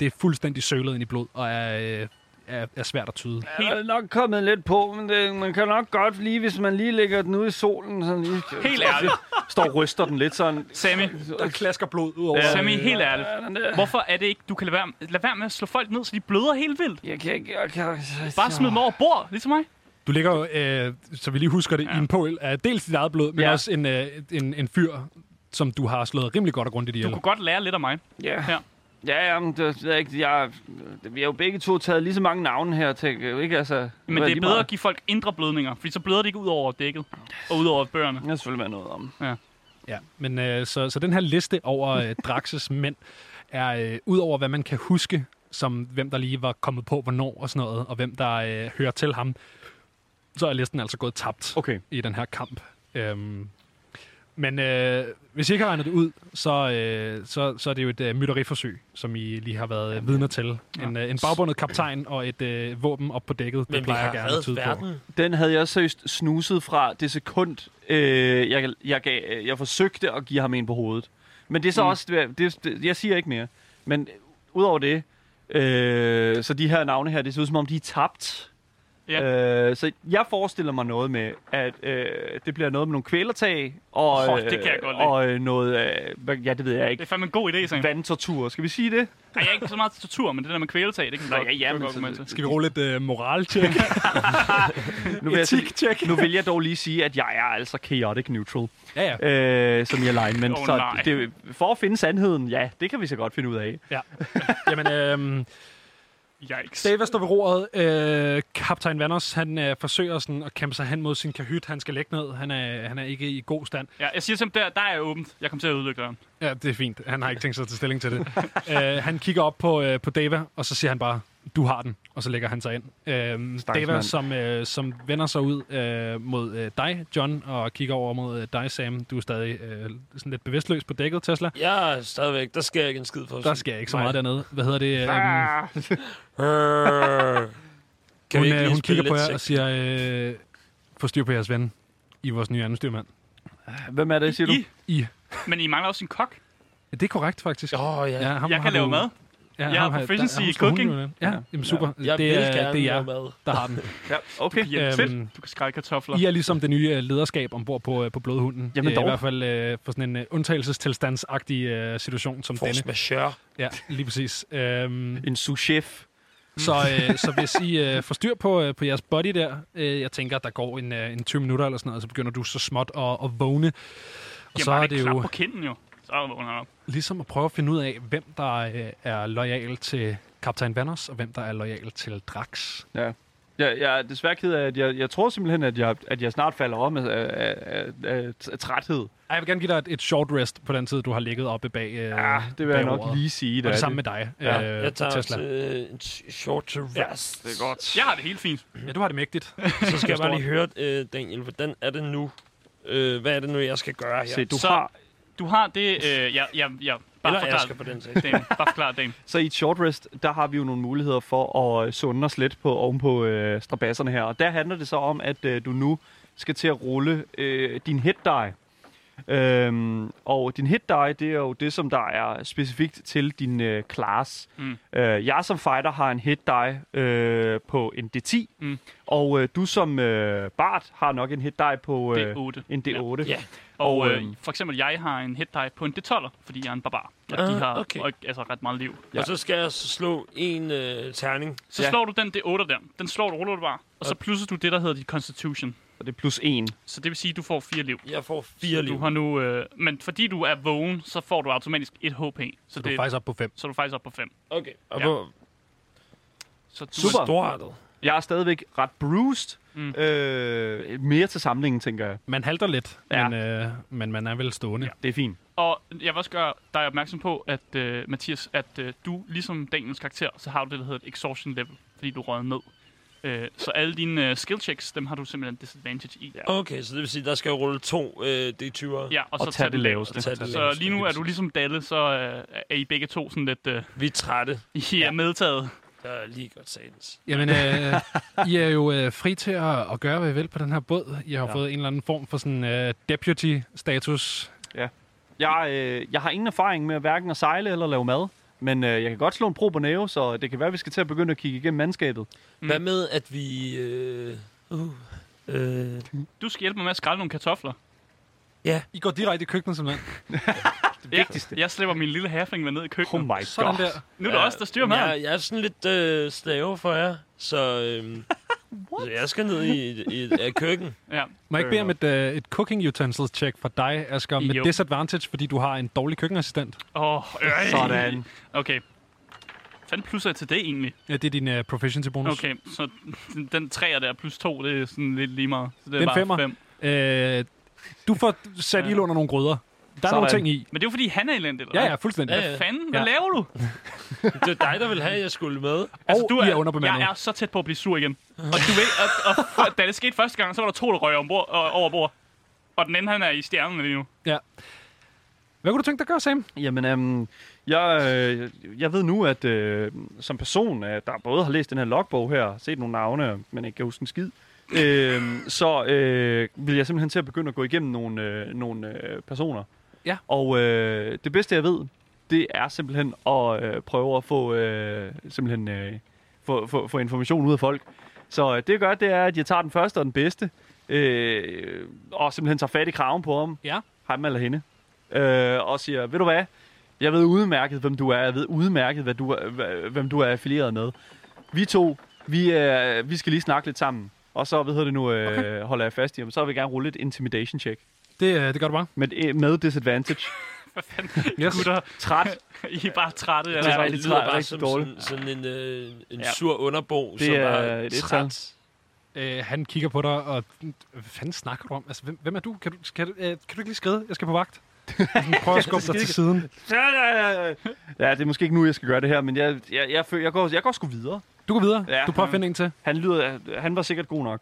Speaker 1: det er fuldstændig sølet ind i blod og er, øh, er, er svært at tyde.
Speaker 3: Helt-
Speaker 2: er nok kommet lidt på, men det, man kan nok godt lige, hvis man lige lægger den ude i solen. Sådan lige,
Speaker 3: Helt ærligt,
Speaker 2: Står og ryster den lidt sådan.
Speaker 3: Sammy.
Speaker 1: Der klasker blod ud over.
Speaker 2: Ja.
Speaker 3: Sammy, helt ærligt. Hvorfor er det ikke, du kan lade være, lade være med at slå folk ned, så de bløder helt vildt?
Speaker 2: Jeg kan ikke... Jeg kan,
Speaker 3: Bare smid dem over bord, ligesom mig.
Speaker 1: Du ligger jo, øh, så vi lige husker det, ja. i en pål af dels dit eget blod, men ja.
Speaker 2: Ja.
Speaker 1: også en, øh, en, en fyr, som du har slået rimelig godt og grundigt
Speaker 3: Du
Speaker 1: ihjel.
Speaker 3: kunne godt lære lidt af mig.
Speaker 2: Ja.
Speaker 3: Ja.
Speaker 2: Ja, ja, men det, jeg, jeg, vi har jo begge to taget lige så mange navne her, tænker jeg, ikke? Altså,
Speaker 3: Men det er bedre at give folk indre blødninger, for så bløder det ikke ud over dækket og ud over bøgerne.
Speaker 2: Jeg har selvfølgelig været noget om.
Speaker 1: Ja, men øh, så, så den her liste over øh, Draxes mænd er øh, ud over, hvad man kan huske, som hvem der lige var kommet på, hvornår og sådan noget, og hvem der øh, hører til ham, så er listen altså gået tabt
Speaker 2: Okay.
Speaker 1: i den her kamp. Øhm, men øh, hvis I ikke har regnet det ud, så, øh, så, så er det jo et øh, mytteriforsøg, som I lige har været øh, vidner til. En, øh, en bagbundet kaptajn og et øh, våben op på dækket, det
Speaker 4: Men vi
Speaker 1: plejer
Speaker 4: har
Speaker 1: gerne at tyde
Speaker 4: reddet
Speaker 1: på.
Speaker 4: verden.
Speaker 2: Den havde jeg seriøst snuset fra det sekund, øh, jeg, jeg, gav, jeg forsøgte at give ham en på hovedet. Men det er så mm. også... Det, det, jeg siger ikke mere. Men udover det, øh, så de her navne her, det ser ud som om, de er tabt. Ja. Øh, så jeg forestiller mig noget med, at øh, det bliver noget med nogle kvælertag, og,
Speaker 3: Åh, det kan jeg godt lide.
Speaker 2: og øh, noget, øh, hvad- ja det ved jeg
Speaker 3: Det
Speaker 2: ikke,
Speaker 3: er fandme en god idé, Sam.
Speaker 2: vandtortur. Skal vi sige det?
Speaker 3: Ej, jeg er ikke så meget til tortur, men det der med kvæletag, det kan vi
Speaker 2: Nå,
Speaker 3: godt,
Speaker 2: ja, ja,
Speaker 3: det kan vi
Speaker 2: men
Speaker 3: godt gå med
Speaker 2: så-
Speaker 3: til.
Speaker 1: Skal vi rulle et øh, moral-check?
Speaker 2: Nu vil, jeg, nu vil jeg dog lige sige, at jeg er altså chaotic neutral,
Speaker 1: ja, ja.
Speaker 2: øh, som i alignment.
Speaker 3: Åh,
Speaker 2: så
Speaker 3: nej.
Speaker 2: det, for at finde sandheden, ja, det kan vi så godt finde ud af.
Speaker 1: Jamen, øhm,
Speaker 3: Yikes.
Speaker 1: Dava står ved roret. Øh, Kaptajn Vanders, han øh, forsøger sådan at kæmpe sig hen mod sin kahyt. Han skal lægge ned. Han er, han er ikke i god stand.
Speaker 3: Ja, jeg siger simpelthen, der, der er åbent. Jeg kommer til at ødelægge døren.
Speaker 1: Ja, det er fint. Han har ikke tænkt sig at tage stilling til det. øh, han kigger op på, øh, på Dava, og så siger han bare, du har den. Og så lægger han sig ind. Øh,
Speaker 2: Stakkels
Speaker 1: Dava,
Speaker 2: mand.
Speaker 1: som, øh, som vender sig ud øh, mod øh, dig, John, og kigger over mod øh, dig, Sam. Du er stadig øh, sådan lidt bevidstløs på dækket, Tesla.
Speaker 4: Jeg er stadigvæk. Der sker ikke en skid for
Speaker 1: Der sker ikke så meget dernede. Hvad hedder det? Øh,
Speaker 4: Arr. Kan
Speaker 1: hun,
Speaker 4: vi ikke
Speaker 1: øh,
Speaker 4: lige
Speaker 1: hun
Speaker 4: spille
Speaker 1: kigger på
Speaker 4: lidt
Speaker 1: jer og
Speaker 4: sex?
Speaker 1: siger, øh, få styr på jeres ven. I er vores nye andestyrmand.
Speaker 2: Hvem er det, siger du?
Speaker 3: I,
Speaker 1: I.
Speaker 3: men I mangler også en kok.
Speaker 1: Ja, det er korrekt, faktisk.
Speaker 4: Åh, oh, ja. ja.
Speaker 1: ham
Speaker 3: Jeg
Speaker 1: har
Speaker 3: kan lave
Speaker 1: du-
Speaker 3: mad.
Speaker 1: Ja,
Speaker 3: Jeg
Speaker 1: ham
Speaker 3: er
Speaker 1: har-
Speaker 3: proficiency
Speaker 1: der- ham
Speaker 3: i
Speaker 1: skal hun
Speaker 3: cooking.
Speaker 1: jo den. Ja, jamen super.
Speaker 4: Jeg
Speaker 1: det,
Speaker 4: vil
Speaker 1: er,
Speaker 4: gerne
Speaker 1: det er jer,
Speaker 4: lave mad.
Speaker 1: der har den.
Speaker 2: Ja, okay.
Speaker 3: Ja,
Speaker 1: Øhm,
Speaker 3: fedt. Du kan skrække kartofler.
Speaker 1: I er ligesom det nye øh, lederskab ombord på, øh, på Blodhunden.
Speaker 2: Jamen
Speaker 1: Øh,
Speaker 2: dog.
Speaker 1: I hvert fald øh, for sådan en øh, undtagelsestilstandsagtig øh, situation som
Speaker 4: Force
Speaker 1: denne.
Speaker 4: majeure.
Speaker 1: Ja, lige præcis. Øhm,
Speaker 2: En souschef.
Speaker 1: så, øh, så hvis I øh, får styr på, øh, på jeres body der, øh, jeg tænker, at der går en, øh, en 20 minutter eller sådan noget, og så begynder du så småt at, at vågne. Og
Speaker 3: Jamen,
Speaker 1: så er det jo
Speaker 3: på kinden jo. Så vågner han op.
Speaker 1: ligesom at prøve at finde ud af, hvem der øh, er lojal til kaptajn Vanders, og hvem der er lojal til Drax.
Speaker 2: Ja. Jeg, jeg er desværre ked af, at jeg, jeg tror simpelthen, at jeg, at jeg snart falder om af, af, af, af, af træthed.
Speaker 1: Ej, jeg vil gerne give dig et, et short rest på den tid, du har ligget oppe bag øh,
Speaker 2: Ja, det vil jeg
Speaker 1: bag
Speaker 2: nok
Speaker 1: roret.
Speaker 2: lige sige.
Speaker 1: Og det samme med dig,
Speaker 2: Ja,
Speaker 1: øh,
Speaker 4: Jeg tager
Speaker 1: Tesla.
Speaker 4: også, øh, en t- short to rest.
Speaker 2: Det er godt.
Speaker 3: Jeg har det helt fint.
Speaker 1: Ja, du har det mægtigt.
Speaker 4: Så skal jeg bare lige høre, øh, Daniel, hvordan er det nu? Øh, hvad er det nu, jeg skal gøre her?
Speaker 2: Se, du
Speaker 3: Så-
Speaker 2: har,
Speaker 3: Du har det... Øh, jeg, jeg, jeg, bare
Speaker 4: Eller jeg
Speaker 3: forklar
Speaker 4: skal
Speaker 3: det.
Speaker 4: på den sag.
Speaker 3: Dame. Bare forklar dame.
Speaker 2: så i et short rest, der har vi jo nogle muligheder for at øh, sunde os lidt på, oven på øh, strabasserne her. Og der handler det så om, at øh, du nu skal til at rulle øh, din hit die. Øhm, og din hit die, det er jo det, som der er specifikt til din øh, class.
Speaker 3: Mm.
Speaker 2: Øh, jeg som fighter har en hit die øh, på en D10,
Speaker 3: Mm.
Speaker 2: og øh, du som øh, bard har nok en hit die på
Speaker 3: Det er
Speaker 2: øh,
Speaker 3: otte.
Speaker 2: en D8.
Speaker 4: Ja.
Speaker 3: Og
Speaker 2: Og,
Speaker 3: øh,
Speaker 2: øhm,
Speaker 3: for eksempel, jeg har en hitdie på en D12'er, fordi jeg er en barbar. Og de
Speaker 4: Ah,
Speaker 3: har
Speaker 4: okay.
Speaker 3: og, altså, ret meget liv.
Speaker 4: Og så skal jeg så slå en øh, terning.
Speaker 3: Så
Speaker 2: Ja.
Speaker 3: slår du den D8 der. Den slår du, ruller du bare. Og så plusser du det, der hedder dit constitution.
Speaker 2: Og det er plus 1.
Speaker 3: Så det vil sige, at du får fire liv.
Speaker 4: Jeg får fire liv.
Speaker 3: Du har nu, øh, men fordi du er vågen, så får du automatisk et HP. Så,
Speaker 1: Så du er faktisk op på fem.
Speaker 3: så er du faktisk op på 5.
Speaker 4: Okay. Og
Speaker 3: Ja.
Speaker 4: hvor
Speaker 3: Så du
Speaker 2: Super.
Speaker 4: storartet.
Speaker 2: Jeg er stadigvæk ret bruised.
Speaker 3: Mm.
Speaker 2: Mm. Øh, mere til samlingen, tænker jeg.
Speaker 1: Man halter lidt,
Speaker 2: Ja.
Speaker 1: men, øh, men man er vel stående.
Speaker 3: Ja.
Speaker 1: Ja.
Speaker 2: Det er fint.
Speaker 3: Og jeg vil også gøre dig opmærksom på, at øh, Mathias, at øh, du, ligesom Daniels karakter, så har du det, der hedder et exhaustion level, fordi du røg ned. Øh, så alle dine øh, skill checks, dem har du simpelthen disadvantage i. Ja,
Speaker 4: Okay, så det vil sige, der skal jeg rulle to øh, D20'er.
Speaker 3: ja og,
Speaker 2: Og,
Speaker 3: så
Speaker 2: og tage det
Speaker 3: den
Speaker 2: laveste.
Speaker 4: Tag det
Speaker 3: Så
Speaker 4: laveste.
Speaker 3: lige nu er du ligesom Dalle, så øh, er I begge to sådan lidt øh,
Speaker 4: Vi er trætte.
Speaker 3: I er medtaget.
Speaker 4: Der er lige godt sagens.
Speaker 1: Jamen, øh, I er jo øh, fri til at, at gøre, hvad I vil på den her båd. I har ja.
Speaker 4: Ja.
Speaker 1: fået en eller anden form for sådan øh, deputy-status.
Speaker 2: Jeg, øh, jeg har ingen erfaring med hverken at sejle eller lave mad. Men øh, jeg kan godt slå en pro på næve, så det kan være, at vi skal til at begynde at kigge igennem mandskabet.
Speaker 3: Mm.
Speaker 4: Hvad med, at vi... Øh, uh, øh,
Speaker 3: Du skal hjælpe mig med at skrælle nogle kartofler.
Speaker 1: I går direkte i køkkenet, simpelthen.
Speaker 2: Det
Speaker 3: Ja.
Speaker 2: vigtigste.
Speaker 3: Jeg slipper min lille herfling med ned i
Speaker 2: Oh
Speaker 3: køkkenet.
Speaker 2: my
Speaker 1: Sådan
Speaker 2: god.
Speaker 1: der.
Speaker 3: Nu er det
Speaker 4: Ja,
Speaker 3: også os, der styrer maden.
Speaker 4: Jeg, jeg er sådan lidt øh, slave for jer, så, øhm, så jeg skal ned i, et- i, et- af køkken.
Speaker 3: Ja.
Speaker 1: Må jeg ikke bede om et, øh, et cooking utensils check fra dig, Asger, med
Speaker 3: Jo.
Speaker 1: disadvantage, fordi du har en dårlig køkkenassistent?
Speaker 3: Åh, oh, øh.
Speaker 2: Sådan.
Speaker 3: Okay. Fanden plusser jeg til det egentlig?
Speaker 1: Ja, det er din øh, proficiency-bonus.
Speaker 3: Okay, så den- den 3'er der plus 2, det er sådan lidt lige meget. Så det er
Speaker 1: Den
Speaker 3: bare
Speaker 1: femmer.
Speaker 3: fem.
Speaker 1: Øh, du får sat
Speaker 3: Ja.
Speaker 1: ild under nogle gryder. Der er nogle
Speaker 2: Sådan.
Speaker 1: ting i.
Speaker 3: Men det er jo fordi, han er elendig, eller
Speaker 1: Ja,
Speaker 3: hvad?
Speaker 1: ja, fuldstændig.
Speaker 4: Ja, ja.
Speaker 3: Hvad fanden? Hvad
Speaker 1: Ja.
Speaker 3: laver du?
Speaker 4: Det er dig, der vil have, at jeg skulle med.
Speaker 1: Altså, og
Speaker 3: du
Speaker 1: du er, I er underbemandet.
Speaker 3: Jeg er så tæt på at blive sur igen. Og du ved, og, og for, da det skete første gang, så var der to, der røg ombord, og, over bord. Og den anden, han er i stjernen lige nu.
Speaker 1: Ja. Hvad kunne du tænke dig at gøre, Sam?
Speaker 2: Jamen, øhm, jeg, øh, jeg ved nu, at øh, som person, øh, der både har læst den her logbog her, set nogle navne, men ikke kan huske en skid, øh, så øh, vil jeg simpelthen til at begynde at gå igennem nogle, øh, nogle øh, personer.
Speaker 1: Ja.
Speaker 2: Og øh, det bedste, jeg ved, det er simpelthen at øh, prøve at få, øh, simpelthen, øh, få, få, få information ud af folk. Så øh, det, jeg gør, det er, at jeg tager den første og den bedste, øh, og simpelthen tager fat i kraven på ham,
Speaker 1: Ja.
Speaker 2: ham eller hende, øh, og siger, ved du hvad, jeg ved udmærket, hvem du er, jeg ved udmærket, hvad du er, hva- hvem du er affilieret med. Vi to, vi, øh, vi skal lige snakke lidt sammen. Og så, hvad hedder det nu, øh, okay. holder jeg fast i ham. Så vil jeg gerne rulle et intimidation check.
Speaker 1: Det, øh, det gør du bare.
Speaker 2: Med, med disadvantage.
Speaker 3: Hvad fanden? Yes. Gutter,
Speaker 2: Træt.
Speaker 3: I er bare trætte. altså.
Speaker 4: Det,
Speaker 2: Ja,
Speaker 3: Eller?
Speaker 4: er,
Speaker 2: det
Speaker 4: det lyder
Speaker 2: lyder
Speaker 4: bare
Speaker 2: rigtig
Speaker 4: som sådan,
Speaker 2: dårligt.
Speaker 4: sådan en, øh, en
Speaker 2: Ja.
Speaker 4: sur underbo,
Speaker 2: Det
Speaker 4: som
Speaker 2: er
Speaker 4: er
Speaker 2: et ettal.
Speaker 4: træt.
Speaker 1: Øh, han kigger på dig, og hvad fanden snakker du om? Altså, hvem, hvem er du? Kan du, kan, du- øh, kan du ikke lige skride? Jeg skal på vagt. Han prøver at skubbe dig til siden.
Speaker 2: Ja, ja, ja, ja. ja, det er måske ikke nu, jeg skal gøre det her, men jeg, jeg, jeg, jeg, jeg, går, jeg går sgu videre.
Speaker 1: Du går videre.
Speaker 2: Ja.
Speaker 1: Ja, du prøver at finde en til.
Speaker 2: Han, lyder, han var sikkert god nok.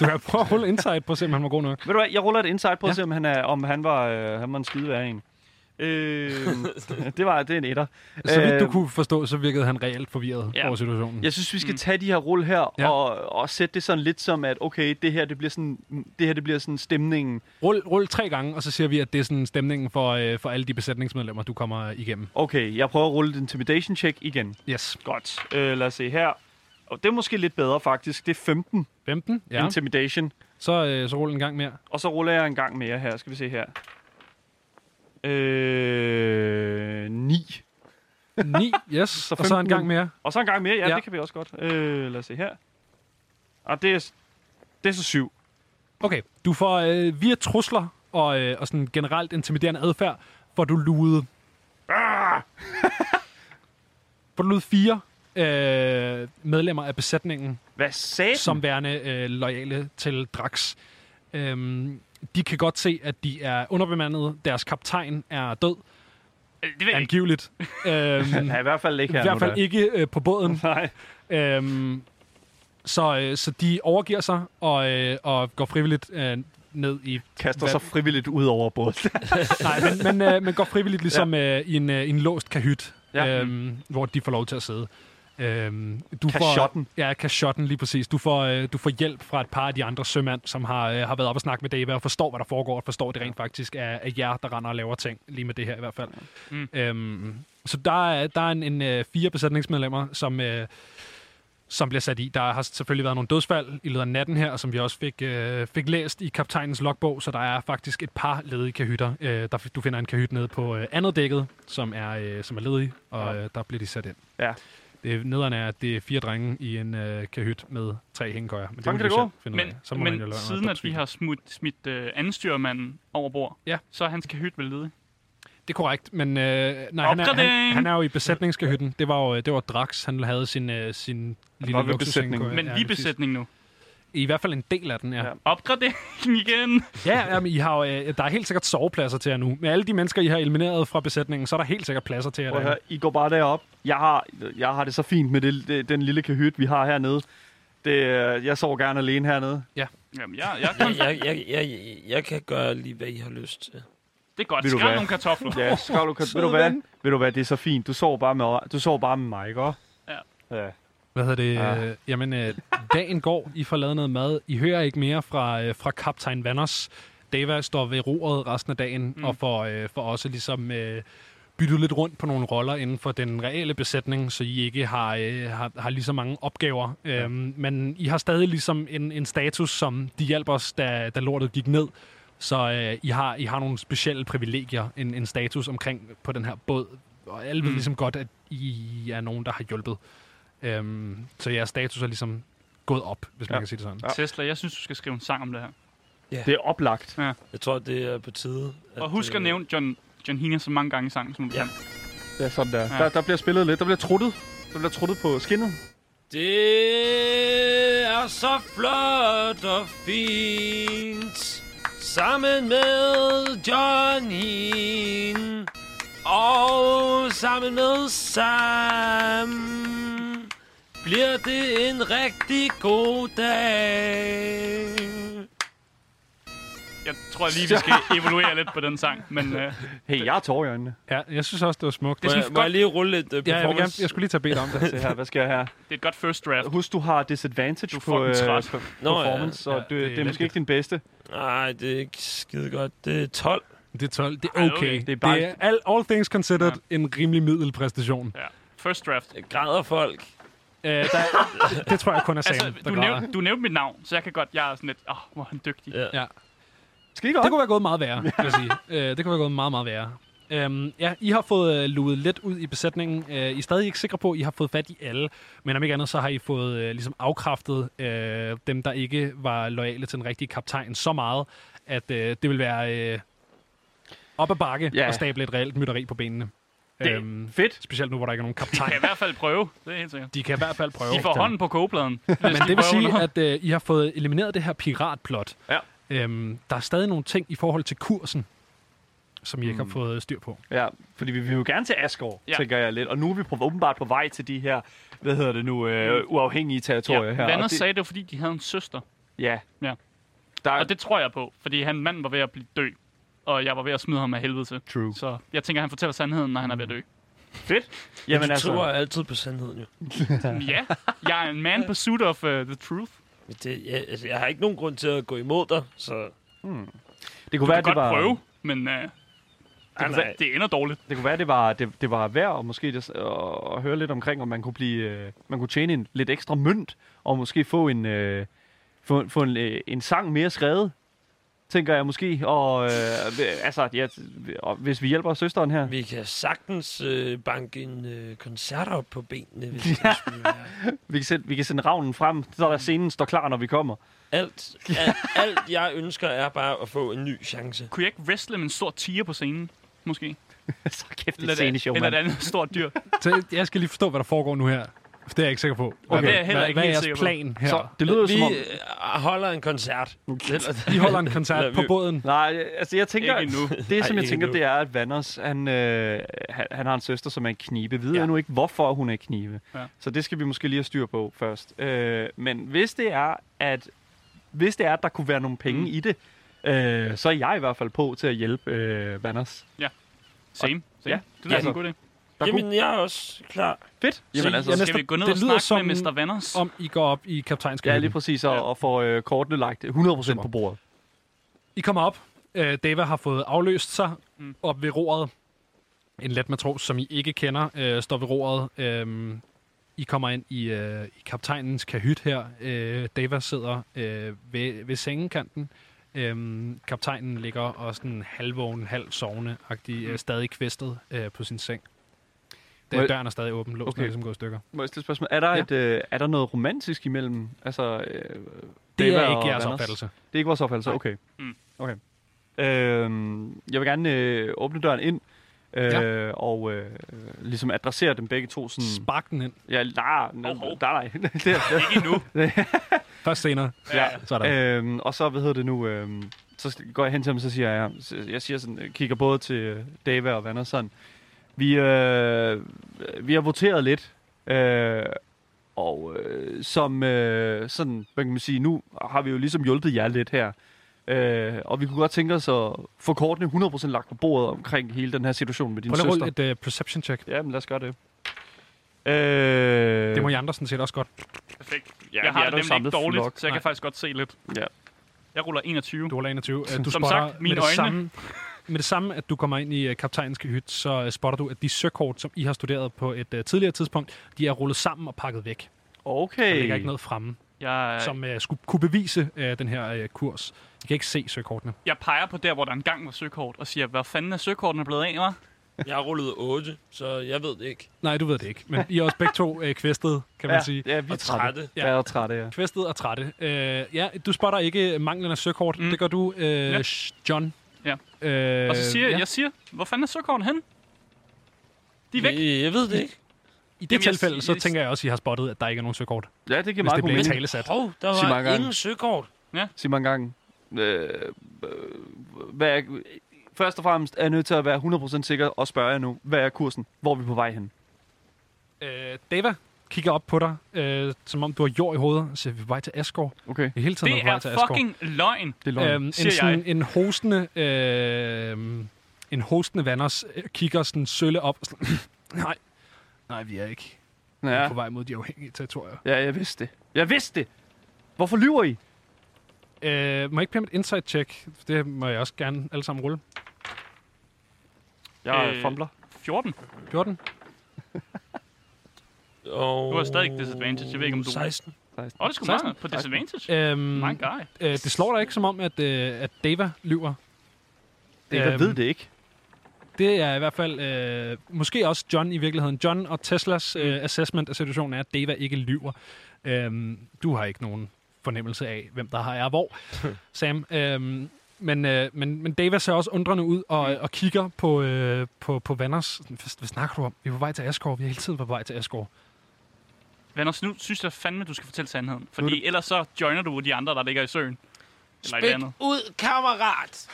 Speaker 1: Du kan prøve at rulle insight på, at se, om han var god nok.
Speaker 2: Ved du hvad, jeg ruller et insight på, ja.
Speaker 1: Ja.
Speaker 2: at se, om han, er, om han var, øh, han var en skide værre en. Øh, det, var, det er en etter.
Speaker 1: Så vidt du
Speaker 2: Øh,
Speaker 1: kunne forstå, så virkede han reelt forvirret
Speaker 2: Ja.
Speaker 1: ja. over situationen.
Speaker 2: Jeg synes, vi skal tage de her rulle her
Speaker 1: Ja.
Speaker 2: og, og sætte det sådan lidt som, at okay, det her, det bliver sådan, det her, det bliver sådan stemningen.
Speaker 1: Rul, rul tre gange, og så siger vi, at det er sådan stemningen for, øh, for alle de besætningsmedlemmer, du kommer igennem.
Speaker 2: Okay, jeg prøver at rulle et intimidation check igen.
Speaker 1: Yes.
Speaker 2: Godt. Øh, lad os se her. Og det er måske lidt bedre faktisk. Det er 15
Speaker 1: 15.
Speaker 2: ja.
Speaker 1: Ja.
Speaker 2: intimidation.
Speaker 1: Så, øh, så rul en gang mere.
Speaker 2: Og så ruller jeg en gang mere her. Skal vi se her. Øh, 9.
Speaker 1: 9. Yes. så og så en
Speaker 2: 15.
Speaker 1: gang mere.
Speaker 2: Og så en gang mere. Ja, ja.
Speaker 1: Ja.
Speaker 2: det kan vi også godt. Øh, lad os se her. Og det er, det er så 7.
Speaker 1: Okay, du får øh, via trusler og, øh, og sådan generelt intimiderende adfærd, får du luet. får du luet fire øh, medlemmer af besætningen,
Speaker 2: Hvad sagde
Speaker 1: som værende øh, lojale til Drax. Øhm, de kan godt se, at de er underbemandede. Deres kaptajn er død,
Speaker 3: Øh, Det ved jeg ikke.
Speaker 1: angiveligt. Øhm,
Speaker 2: Ja, i hvert fald ikke her
Speaker 1: I hvert
Speaker 2: nu,
Speaker 1: fald
Speaker 2: da.
Speaker 1: ikke øh, på båden.
Speaker 2: Nej.
Speaker 1: Øhm, så, øh, så de overgiver sig og, øh, og går frivilligt øh, ned i
Speaker 2: Kaster
Speaker 1: Hvad-
Speaker 2: sig frivilligt ud over båden.
Speaker 1: Nej, men, men øh, man går frivilligt ligesom ja. øh, i, en, øh, i en låst kahyt,
Speaker 2: Ja.
Speaker 1: ja. øhm, hvor de får lov til at sidde. Øhm, du
Speaker 2: Kashotten.
Speaker 1: Får, ja, kashotten lige præcis. Du får, øh, du får hjælp fra et par af de andre sømænd, som har, øh, har været op og snakke med Dava og forstår, hvad der foregår, og forstår det rent faktisk af, af jer, der render og laver ting, lige med det her i hvert fald.
Speaker 3: Mm.
Speaker 1: Mm. Øhm, så der er, der er en, en øh, fire besætningsmedlemmer, som... Øh, som bliver sat i. Der har selvfølgelig været nogle dødsfald i løbet af natten her, som vi også fik, øh, fik læst i kaptajnens logbog, så der er faktisk et par ledige kahytter. Øh, der, du finder en kahyt nede på øh, andet dækket, som er, øh, som er ledig, og øh, der bliver de sat ind.
Speaker 2: Ja.
Speaker 1: Det, nederen er, at det er fire drenge i en øh, kahyt med tre hængekøjer. Men
Speaker 2: Sådan
Speaker 1: må
Speaker 2: kan det
Speaker 1: de
Speaker 2: gå.
Speaker 1: selv finde ud af.
Speaker 3: Men,
Speaker 1: Så må man jo lade
Speaker 3: men
Speaker 1: være med at
Speaker 3: siden at vi
Speaker 1: opsvine.
Speaker 3: har smidt, smidt øh, andenstyrmanden over bord,
Speaker 1: Ja.
Speaker 3: så er hans kahyt vel ledig.
Speaker 1: Det er korrekt, men øh, nej, han, er, han,
Speaker 3: Opgradering!
Speaker 1: han er jo i besætningskahytten. Det var jo øh, det var Drax, han havde sin, øh, sin lille
Speaker 2: var ved
Speaker 1: luksushængekøje.
Speaker 2: besætningen.
Speaker 3: Men
Speaker 1: Ja,
Speaker 3: vi
Speaker 1: lige
Speaker 3: er
Speaker 1: præcis.
Speaker 3: besætning nu.
Speaker 1: I hvert fald en del af den, ja.
Speaker 2: Ja.
Speaker 1: ja.
Speaker 3: Opgradering igen!
Speaker 1: Ja, jamen, I har jo, øh, der er helt sikkert sovepladser til jer nu. Med alle de mennesker, I har elimineret fra besætningen, så er der helt sikkert pladser til jer.
Speaker 2: Prøv at
Speaker 1: derinde.
Speaker 2: høre, I går bare derop. Jeg har, jeg har det så fint med det, det, den lille kahyt, vi har hernede. Det, øh, jeg sover gerne alene hernede.
Speaker 3: Jamen, jeg, jeg kan,
Speaker 4: Jeg, jeg, jeg, jeg, jeg kan gøre lige, hvad I har lyst til.
Speaker 3: det er godt.
Speaker 2: Ved du
Speaker 3: Skræl
Speaker 2: hvad?
Speaker 3: nogle kartofler.
Speaker 2: Ja, skal du, kan, ved, du
Speaker 1: Søde
Speaker 2: hvad,
Speaker 1: ven.
Speaker 2: ved du hvad, det er så fint. Du sover bare med, du sover bare med mig, ikke? også?
Speaker 3: Ja.
Speaker 2: ja.
Speaker 1: Hvad hedder det?
Speaker 2: Ah.
Speaker 1: Ah. Øh, jamen, øh, dagen går. I får lavet noget mad. I hører ikke mere fra, øh, fra kaptajn Vanders. Dava står ved roret resten af dagen,
Speaker 3: Mm.
Speaker 1: mm. og får, øh, får også ligesom øh, byttet lidt rundt på nogle roller inden for den reelle besætning, så I ikke har, øh, har, har lige så mange opgaver. Ja. Øhm, men I har stadig ligesom en, en status, som de hjalp os, da, da lortet gik ned. Så øh, I, har, I har nogle specielle privilegier, en, en status omkring på den her båd. Og alle ved
Speaker 3: Mm.
Speaker 1: ligesom godt, at I er nogen, der har hjulpet. Øhm, så jeres status er ligesom gået op, hvis man
Speaker 2: Ja.
Speaker 1: kan sige det sådan.
Speaker 2: Ja.
Speaker 3: Tesla, jeg synes, du skal skrive en sang om det her.
Speaker 2: Det er oplagt.
Speaker 4: Jeg tror, det er på tide.
Speaker 3: Og husk at
Speaker 4: øh,
Speaker 3: nævne John, John Hina så mange gange i sangen, som du
Speaker 4: Ja.
Speaker 3: kan.
Speaker 2: Det er sådan der.
Speaker 3: Ja.
Speaker 2: Ja. der. Der bliver spillet lidt. Der bliver truttet. Der bliver truttet på skinnet.
Speaker 4: Det er så flot og fint Sammen med Johnny Og sammen med Sam Bliver det en rigtig god dag
Speaker 3: Jeg tror lige, vi skal evaluere lidt på den sang, men øh,
Speaker 2: Hey, jeg er tår i øjnene.
Speaker 1: Ja, jeg synes også, det var smukt.
Speaker 4: Må
Speaker 1: Det er
Speaker 4: jeg,
Speaker 1: sådan,
Speaker 4: må jeg lige rulle lidt uh,
Speaker 1: ja, jeg, vil gerne,
Speaker 4: performance?
Speaker 1: jeg skulle lige tage bedt om det.
Speaker 2: Se her, hvad skal jeg her?
Speaker 3: det er et godt first draft.
Speaker 2: Husk, du har disadvantage
Speaker 3: Du er
Speaker 2: på, øh,
Speaker 3: fucking træt.
Speaker 2: på
Speaker 4: Nå, ja.
Speaker 2: performance,
Speaker 1: Ja,
Speaker 2: og det,
Speaker 1: det er
Speaker 2: det er måske
Speaker 1: elendigt.
Speaker 2: ikke din bedste.
Speaker 4: Nej, det er ikke skide godt Det er 12
Speaker 1: Det er 12. Det er
Speaker 3: Ej,
Speaker 1: okay.
Speaker 3: okay.
Speaker 1: Det er,
Speaker 2: bare-
Speaker 1: bare... det er all, all things considered ja. en rimelig middelpræstation.
Speaker 3: Ja. First draft.
Speaker 4: Jeg græder folk
Speaker 1: Øh, der, det tror jeg kun er Sam,
Speaker 3: Altså,
Speaker 1: altså, der
Speaker 3: du
Speaker 1: græder.
Speaker 3: nævnte, du nævnte mit navn, så jeg kan godt, jeg er sådan lidt, åh, oh, hvor er han dygtig.
Speaker 4: Ja.
Speaker 1: Ja.
Speaker 2: Skal I godt?
Speaker 1: Det kunne være gået meget værre, vil jeg sige. Øh, det kunne være gået meget, meget værre. Øhm, ja, I har fået øh, luet lidt ud i besætningen. Øh, I er stadig ikke sikre på, at I har fået fat i alle. Men om ikke andet, så har I fået øh, ligesom afkræftet øh, dem, der ikke var lojale til den rigtige kaptajn så meget, at øh, det vil være... Øh, op ad bakke
Speaker 2: Ja.
Speaker 1: og stable et reelt mytteri på benene.
Speaker 2: Det er
Speaker 1: Øhm,
Speaker 2: fedt.
Speaker 1: specielt nu, hvor der ikke er nogen
Speaker 3: Kan jeg i
Speaker 1: kaptajn.
Speaker 3: hvert fald prøve. Det er helt sikkert.
Speaker 1: De kan i hvert fald prøve.
Speaker 3: De får hånden på kogepladen. hvis de
Speaker 1: Men det vil
Speaker 3: prøver
Speaker 1: sige,
Speaker 3: noget.
Speaker 1: at øh, I har fået elimineret det her piratplot.
Speaker 2: Ja.
Speaker 1: Øhm, der er stadig nogle ting i forhold til kursen, som I ikke har fået styr på.
Speaker 2: Ja, fordi vi vil jo gerne til Asgård,
Speaker 3: Ja.
Speaker 2: ja. tænker jeg lidt. Og nu er vi på, åbenbart på vej til de her, hvad hedder det nu, øh, uafhængige territorier her.
Speaker 3: ja,
Speaker 2: og
Speaker 3: Vanders
Speaker 2: det,
Speaker 3: sagde, det var fordi, de havde en søster.
Speaker 2: ja.
Speaker 3: Ja.
Speaker 2: Der,
Speaker 3: Og det tror jeg på, fordi han manden var ved at blive dø. Og jeg var ved at smide ham af helvede til.
Speaker 2: True.
Speaker 3: Så jeg tænker, han fortæller sandheden, når han er ved at dø.
Speaker 2: Fedt.
Speaker 4: Jamen,
Speaker 2: Jamen
Speaker 4: du altså... tror
Speaker 2: altså,
Speaker 4: altid på sandheden, jo.
Speaker 3: ja, jeg er en man pursuit of uh, the truth.
Speaker 4: Men Det, jeg, altså, jeg har ikke nogen grund til at gå imod dig, så...
Speaker 2: det kunne
Speaker 3: Du
Speaker 2: være, det
Speaker 3: kan godt
Speaker 2: var...
Speaker 3: prøve, men uh, altså,
Speaker 4: Ej, nej.
Speaker 3: det ender dårligt.
Speaker 2: Det kunne være, det var, det, det var værd og måske det, at, at høre lidt omkring, om man kunne, blive, øh, man kunne tjene en lidt ekstra mønt, og måske få en, øh, få, få en, øh, en sang mere skrevet, tænker jeg måske. Og, øh, hv- altså, ja, t- og hvis vi hjælper søsteren her.
Speaker 4: Vi kan sagtens øh, banke en øh, koncert op på benene, hvis det skulle være.
Speaker 2: Vi kan, sende, vi kan sende ravnen frem, så der scenen står klar, når vi kommer.
Speaker 4: Alt, alt, alt, jeg ønsker, er bare at få en ny chance.
Speaker 3: Kunne jeg ikke wrestle med en stor tiger på scenen? Måske.
Speaker 2: så kæft, det er
Speaker 3: Eller,
Speaker 2: et sceneshow,
Speaker 3: eller et
Speaker 2: mand.
Speaker 3: andet stort dyr.
Speaker 1: Så jeg skal lige forstå, hvad der foregår nu her. For det er jeg ikke sikker på. Hvad,
Speaker 2: Okay. Det er
Speaker 3: jeg heller
Speaker 1: hvad,
Speaker 3: ikke
Speaker 1: hvad er
Speaker 3: helt
Speaker 1: jeres
Speaker 3: sikker på.
Speaker 1: plan her?
Speaker 2: Så
Speaker 1: Så.
Speaker 2: det lyder jo
Speaker 4: vi
Speaker 2: som om...
Speaker 4: øh, holder en koncert. Eller-
Speaker 1: I holder en koncert på
Speaker 4: Eller vi-
Speaker 1: båden.
Speaker 2: Nej, altså jeg tænker...
Speaker 3: Ikke endnu.
Speaker 2: Det, som
Speaker 4: Ej,
Speaker 2: Ej, jeg
Speaker 4: ikke
Speaker 2: tænker,
Speaker 4: endnu.
Speaker 2: det er, at Vanders, han, øh, han, han har en søster, som er en knibe. Ved
Speaker 3: Ja.
Speaker 2: ja. jeg nu ikke, hvorfor hun er en knibe.
Speaker 3: Ja.
Speaker 2: Ja. Så det skal vi måske lige have styr på først. Øh, men hvis det er, at hvis det er, at der kunne være nogle penge
Speaker 3: Mm.
Speaker 2: mm. i det, øh, så er jeg i hvert fald på til at hjælpe øh, Vanders.
Speaker 3: Same. Same.
Speaker 2: Ja.
Speaker 3: Ja. Det lyder
Speaker 2: Ja.
Speaker 3: som en god idé.
Speaker 2: Der kunne-
Speaker 4: Jamen, jeg er også klar.
Speaker 2: Fedt! Jamen,
Speaker 1: I-
Speaker 2: altså,
Speaker 1: jeg
Speaker 2: jeg
Speaker 1: næsten-
Speaker 3: Skal vi gå ned
Speaker 1: det
Speaker 3: og
Speaker 1: lyder
Speaker 3: snakke med
Speaker 1: som-
Speaker 3: Mr. Vanders?
Speaker 1: Om I går op i
Speaker 2: ja,
Speaker 1: kaptajnskabinen.
Speaker 2: lige præcis, og,
Speaker 3: Ja.
Speaker 2: og får øh, kortene lagt 100% på bordet.
Speaker 1: I kommer op. Øh, Dava har fået afløst sig mm.
Speaker 3: Mm.
Speaker 1: op ved roret. En let matros, som I ikke kender, øh, står ved roret. Øhm, I kommer ind i, øh, i kaptajnens kahyt her. Øh, Dava sidder øh, ved, ved sengekanten. Øhm, kaptajnen ligger og sådan halvvågen, halv sovende, øh, stadig kvæstet øh, på sin seng.
Speaker 2: Må
Speaker 1: Den,
Speaker 2: jeg-
Speaker 1: døren er stadig åben, låsen okay.
Speaker 2: Okay.
Speaker 1: er ligesom gået i stykker.
Speaker 2: Må jeg stille et spørgsmål? Er der,
Speaker 1: Ja.
Speaker 2: ja. et, øh, er der noget romantisk imellem? Altså, øh,
Speaker 1: Det
Speaker 2: Deva
Speaker 1: er
Speaker 2: og
Speaker 1: ikke jeres
Speaker 2: Vanders?
Speaker 1: opfattelse.
Speaker 2: Det er ikke vores opfattelse? Okay.
Speaker 3: Mm.
Speaker 2: okay. Øhm, jeg vil gerne øh, åbne døren ind, øh, ja. og øh, øh, ligesom adressere dem begge to sådan...
Speaker 1: Spark den ind.
Speaker 2: Ja, nej, nej,
Speaker 3: Hov, hov.
Speaker 2: nej. nej. Det er-
Speaker 3: Ikke endnu.
Speaker 1: Først senere.
Speaker 2: ja.
Speaker 1: Sådan.
Speaker 2: Øhm, og så, hvad hedder det nu, øhm, så går jeg hen til ham, så siger jeg, så jeg siger sådan, jeg kigger både til øh, Dava og Vanders sådan, vi, øh, vi har voteret lidt, øh, og øh, som, øh, sådan, hvad kan man sige, nu har vi jo ligesom hjulpet jer lidt her, øh, og vi kunne godt tænke os at få kortene 100% lagt på bordet omkring hele den her situation med din
Speaker 1: Prøv lige at
Speaker 2: søster.
Speaker 1: rulle et øh, perception check.
Speaker 2: Jamen, lad os gøre det. Øh,
Speaker 1: Det må I andre sådan set også godt.
Speaker 3: Perfekt.
Speaker 2: Ja,
Speaker 3: jeg
Speaker 2: vi
Speaker 3: har
Speaker 2: er
Speaker 3: det
Speaker 2: dog
Speaker 3: nemlig ikke
Speaker 2: samlet
Speaker 3: dårligt,
Speaker 2: flok.
Speaker 3: så jeg kan
Speaker 1: Nej.
Speaker 3: faktisk godt se lidt.
Speaker 2: Ja.
Speaker 3: Jeg ruller 21.
Speaker 1: Du holder 21. Øh, Du
Speaker 3: Som
Speaker 1: spotter
Speaker 3: sagt, mine
Speaker 1: med det
Speaker 3: øjne.
Speaker 1: Samme, med det samme, at du kommer ind i øh, kaptajnens hyt, så øh, spotter du, at de søkort, som I har studeret på et øh, tidligere tidspunkt, de er rullet sammen og pakket væk. Der
Speaker 2: Okay.
Speaker 1: ligger ikke noget fremme,
Speaker 3: Jeg,
Speaker 1: som øh, skulle kunne bevise øh, den her øh, kurs. I kan ikke se søkortene.
Speaker 3: jeg peger på der, hvor der engang var søkort, og siger, hvad fanden er søkortene blevet af, hva'?
Speaker 4: Jeg har rullet 8, så jeg ved det ikke.
Speaker 1: Nej, du ved det ikke, men I er også begge to øh, kvæstet, kan man
Speaker 2: ja,
Speaker 1: sige.
Speaker 2: Ja, vi er
Speaker 4: Og
Speaker 2: trætte.
Speaker 4: trætte.
Speaker 1: Ja.
Speaker 2: Ja, jeg er trætte, ja.
Speaker 1: Kvæstet og trætte. Øh, ja, du spotter ikke manglen af søkort. Mm.
Speaker 3: Mm.
Speaker 1: Det gør du, øh, ja. John.
Speaker 3: Ja.
Speaker 1: Øh,
Speaker 3: Og så siger
Speaker 1: ja.
Speaker 3: jeg, jeg siger, hvor fanden er søkortene hen? De er væk.
Speaker 4: Jeg, jeg ved det ikke.
Speaker 1: I det
Speaker 3: Jamen, jeg-
Speaker 1: tilfælde, så
Speaker 3: jeg-
Speaker 1: tænker jeg også, at I har spottet, at der ikke er nogen søkort.
Speaker 2: Ja, det giver
Speaker 1: Hvis
Speaker 2: meget
Speaker 1: det
Speaker 2: god
Speaker 1: bliver
Speaker 2: mening.
Speaker 1: talesat.
Speaker 4: Hov, der
Speaker 2: Sig
Speaker 4: var
Speaker 2: mange gange.
Speaker 4: ingen søkort.
Speaker 2: Sig mange gange. Øh, øh, hvad er, først og fremmest er jeg nødt til at være 100% sikker og spørge jer nu, hvad er kursen? Hvor er vi på vej hen?
Speaker 1: Øh, Deva kigger op på dig, øh, som om du har jord i hovedet, og siger, vi er på vej til Asgård.
Speaker 2: Okay,
Speaker 1: Vi er hele tiden
Speaker 3: Det
Speaker 1: på vej
Speaker 3: er
Speaker 1: til Asgård.
Speaker 3: fucking løgn.
Speaker 2: det er løgn.
Speaker 1: Øhm, en,
Speaker 3: siger
Speaker 1: sådan,
Speaker 3: jeg.
Speaker 1: en hostende, øh, en hostende vanders øh, kigger sådan sølle op. og Sådan, nej, nej, vi er ikke ja. vi er
Speaker 2: ja.
Speaker 1: på vej mod de afhængige territorier.
Speaker 2: ja, jeg vidste det. Jeg vidste det! Hvorfor lyver I?
Speaker 1: Øh, må jeg ikke blive med et insight check? Det må jeg også gerne alle sammen rulle.
Speaker 2: Jeg
Speaker 3: Øh,
Speaker 2: øh, fumbler.
Speaker 3: 14.
Speaker 1: 14.
Speaker 4: Og...
Speaker 3: Du har stadig ikke disadvantage. Jeg ved ikke, om du-
Speaker 4: 16.
Speaker 3: Åh, det skulle meget på disadvantage.
Speaker 1: Øhm,
Speaker 3: My
Speaker 2: Mm.
Speaker 3: guy.
Speaker 1: øh, det slår dig ikke som om, at, øh, at Deva lyver.
Speaker 2: Det, jeg
Speaker 1: øhm,
Speaker 2: ved det ikke.
Speaker 1: Det er i hvert fald øh, måske også John i virkeligheden. John og Teslas øh, assessment af situationen er, at Deva ikke lyver. Øhm, du har ikke nogen fornemmelse af, hvem der har er hvor. Sam, øhm, Men, øh, men, men Dava ser også undrende ud og, og kigger på, øh, på, på Vanders. Hvad, hvad snakker du om? Vi er på vej til Asgård. Vi har hele tiden været på vej til Asgård.
Speaker 3: Vanders, nu synes jeg fandme, du skal fortælle sandheden.
Speaker 1: Nu er
Speaker 3: Fordi det... ellers så joiner du de andre, der ligger i søen. Eller et eller
Speaker 4: Spæt
Speaker 3: andet.
Speaker 4: ud, kammerat!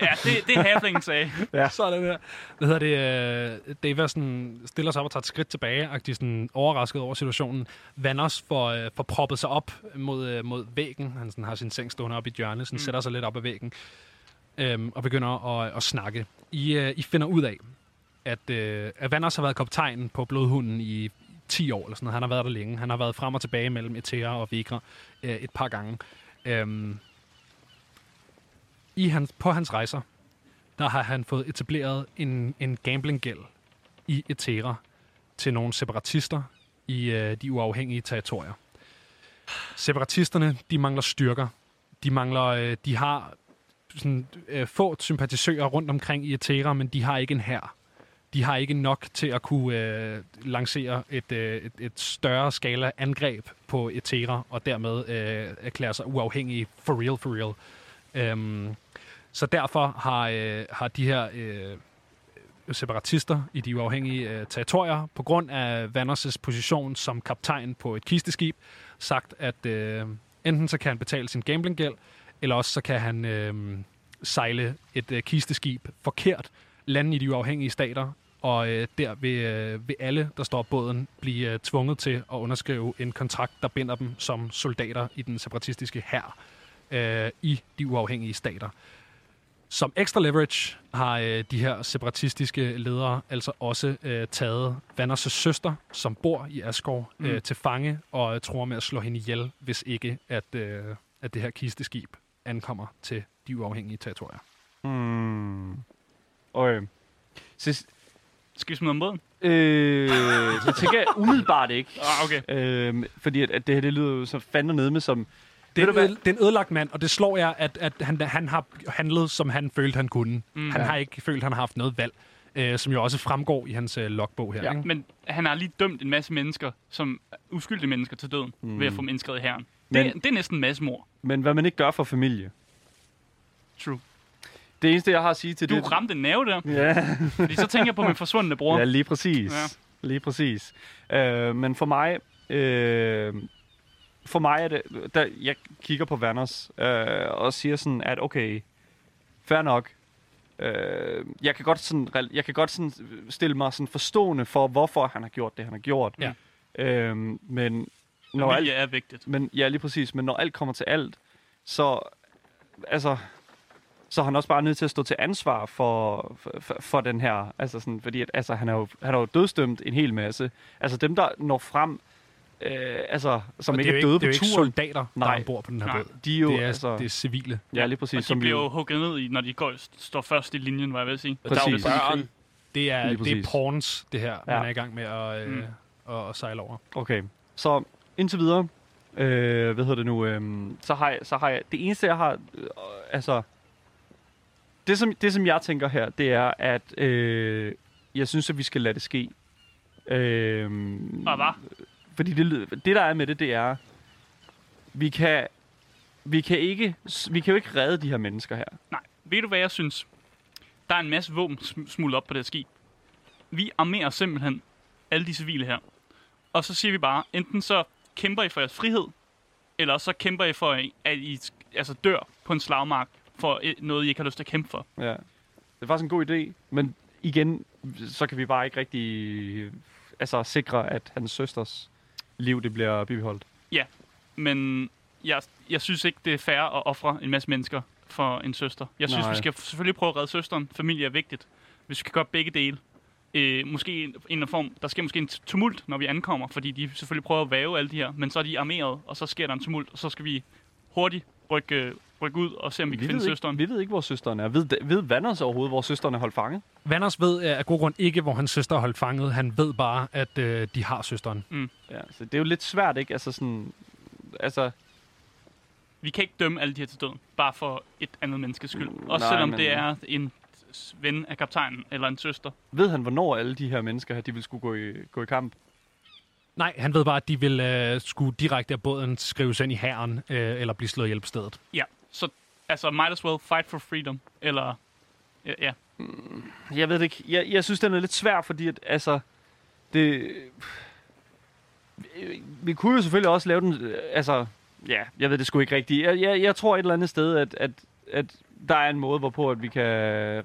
Speaker 3: Ja, det, det er Halflingen sagde.
Speaker 1: Ja. Sådan der. Hvad hedder det? Øh, Dava sådan stiller sig op og tager et skridt tilbage, agtig sådan overrasket over situationen. Vanders får, øh, får proppet sig op mod, øh, mod væggen. Han sådan har sin seng stående op i et hjørne, sådan mm. sætter sig lidt op ad væggen øhm, og begynder at, at snakke. I, øh, I finder ud af, at, øh, at Vanders har været kaptajn på Blodhunden i 10 år eller sådan noget. Han har været der længe. Han har været frem og tilbage mellem Etera og Vigra øh, et par gange. Øhm, i hans, på hans rejser, der har han fået etableret en, en gamblinggæld i Etera til nogle separatister i øh, de uafhængige territorier. Separatisterne, de mangler styrker. De mangler, øh, de har sådan, øh, få sympatisører rundt omkring i Etera, men de har ikke en hær. De har ikke nok til at kunne øh, lancere et, øh, et, et større skala angreb på Etera, og dermed øh, erklære sig uafhængige for real, for real. Øhm, så derfor har, øh, har de her øh, separatister i de uafhængige øh, territorier, på grund af Vanders' position som kaptajn på et kisteskib, sagt, at øh, enten så kan han betale sin gamblinggæld, eller også så kan han øh, sejle et øh, kisteskib forkert, lande i de uafhængige stater, og øh, der vil, øh, vil alle, der står på båden, blive øh, tvunget til at underskrive en kontrakt, der binder dem som soldater i den separatistiske hær øh, i de uafhængige stater. Som ekstra leverage har øh, de her separatistiske ledere altså også øh, taget Vanders' søster, som bor i Asgård, mm. øh, til fange og øh, tror med at slå hende ihjel, hvis ikke at, øh, at det her kisteskib ankommer til de uafhængige territorier.
Speaker 2: Hmm. Okay. Så,
Speaker 3: Skal vi smide om båden?
Speaker 2: øh, så tænker jeg umiddelbart ikke.
Speaker 3: Ah, okay.
Speaker 2: Øh, fordi at, at det her, det lyder jo så fandme nede med som...
Speaker 1: Det er,
Speaker 2: Ved du
Speaker 1: en,
Speaker 2: hvad?
Speaker 1: øde- det er en ødelagt mand, og det slår jeg, at, at han, han har handlet, som han følte, han kunne. Mm. Han har ikke følt, han har haft noget valg, øh, som jo også fremgår i hans øh, logbog her.
Speaker 2: Ja.
Speaker 1: Ja. Ikke?
Speaker 3: Men han har lige dømt en masse mennesker, som uskyldige mennesker til døden, mm. ved at få dem indskrevet i herren. Men...
Speaker 2: Men-
Speaker 3: Det, det er næsten massemord.
Speaker 2: Men hvad man ikke gør for familie.
Speaker 3: True.
Speaker 2: Det eneste, jeg har at sige til
Speaker 3: Du
Speaker 2: det...
Speaker 3: ramte en nerve der,
Speaker 2: Ja.
Speaker 3: fordi så tænker jeg på min forsvundne bror.
Speaker 2: Ja, lige præcis.
Speaker 3: Ja.
Speaker 2: Ja. Lige præcis. Øh, men for mig... Øh, for mig er det... Der, jeg kigger på Vanders øh, og siger sådan, at okay, fair nok. Øh, jeg kan godt, sådan, rel- jeg kan godt sådan stille mig sådan forstående for, hvorfor han har gjort det, han har gjort.
Speaker 1: Ja.
Speaker 2: Øh, men når alt,
Speaker 3: Familie er vigtigt.
Speaker 2: men ja, lige præcis. Men når alt kommer til alt, så, altså, så er han også bare nødt til at stå til ansvar for, for- for, for den her. Altså sådan, fordi at, altså, han, er jo, han er jo dødstømt en hel masse. Altså dem, der når frem, øh, altså, som
Speaker 1: Og
Speaker 2: ikke
Speaker 1: det
Speaker 2: er
Speaker 1: er
Speaker 2: døde
Speaker 1: jo
Speaker 2: på
Speaker 1: ikke, det er jo ikke
Speaker 2: turen,
Speaker 1: soldater, der er
Speaker 2: Nej.
Speaker 1: ombord på den her
Speaker 3: Nej.
Speaker 1: båd.
Speaker 2: de er jo,
Speaker 1: det, er,
Speaker 2: altså,
Speaker 1: det er civile.
Speaker 2: ja, lige præcis.
Speaker 3: Og de
Speaker 2: som
Speaker 3: bliver
Speaker 2: jo-
Speaker 3: jo hugget ned i, når de går, står først i linjen, var jeg ved at sige.
Speaker 4: Og der er jo
Speaker 2: Præcis.
Speaker 4: børn.
Speaker 1: Det er,
Speaker 2: Lige
Speaker 1: det er
Speaker 2: præcis.
Speaker 1: porns, det her, ja.
Speaker 2: Ja.
Speaker 1: man er i gang med at, øh, mm. at, at sejle over.
Speaker 2: Okay, så indtil videre, øh, hvad hedder det nu, øh, så, har jeg, så har jeg, det eneste jeg har, øh, altså, det som, det som jeg tænker her, det er, at øh, jeg synes, at vi skal lade det ske. Øh,
Speaker 3: Og var
Speaker 2: fordi det, lyder- det, der er med det, det er, vi kan, vi kan, ikke, vi kan jo ikke redde de her mennesker her.
Speaker 3: Nej, ved du hvad jeg synes? Der er en masse våben sm- smuglet op på det her skib. Vi armerer simpelthen alle de civile her. Og så siger vi bare, enten så kæmper I for jeres frihed, eller så kæmper I for, at I sk- altså dør på en slagmark for øh, noget, I ikke har lyst til at kæmpe for.
Speaker 2: Ja. Det er faktisk en god idé, men igen, så kan vi bare ikke rigtig altså, sikre, at hans søsters liv det bliver bibeholdt.
Speaker 3: Men jeg, jeg synes ikke, det er fair at ofre en masse mennesker for en søster. Jeg synes,
Speaker 2: Nej.
Speaker 3: vi skal f- selvfølgelig prøve at redde søsteren. Familie er vigtigt. Vi skal gøre begge dele. Øh, måske en, en eller anden form, der sker måske en tumult, når vi ankommer, fordi de selvfølgelig prøver at væve alle de her, men så er de armeret, og så sker der en tumult, og så skal vi hurtigt rykke, rykke ud og se, om vi, kan
Speaker 2: ved
Speaker 3: finde
Speaker 2: ikke,
Speaker 3: søsteren.
Speaker 2: Vi ved ikke, hvor søsteren er. Ved, ved Vanders overhovedet, hvor søsteren er holdt fanget?
Speaker 1: Vanders ved øh, af god grund ikke, hvor hans søster er holdt fanget. Han ved bare, at øh, de har søsteren.
Speaker 2: Ja, så det er jo lidt svært, ikke? Altså sådan... Altså,
Speaker 3: Vi kan ikke dømme alle de her til døden, bare for et andet menneskes skyld.
Speaker 2: Mm,
Speaker 3: Også
Speaker 2: nej,
Speaker 3: selvom
Speaker 2: men-
Speaker 3: det er en s- ven af kaptajnen eller en søster.
Speaker 2: ved han, hvornår alle de her mennesker her, de vil skulle gå i, gå i kamp?
Speaker 1: Nej, han ved bare, at de vil øh, skulle direkte af båden skrives ind i hæren øh, eller blive slået ihjel på stedet.
Speaker 3: Ja, så Altså, might as well fight for freedom. Eller, ja, ja.
Speaker 2: Jeg ved det ikke. Jeg, jeg synes, den er lidt svær, fordi at, altså, det... Vi kunne jo selvfølgelig også lave den... øh, Altså, ja, jeg ved det sgu ikke rigtigt. Jeg, jeg, jeg tror et eller andet sted, at, at, at der er en måde, hvorpå at vi kan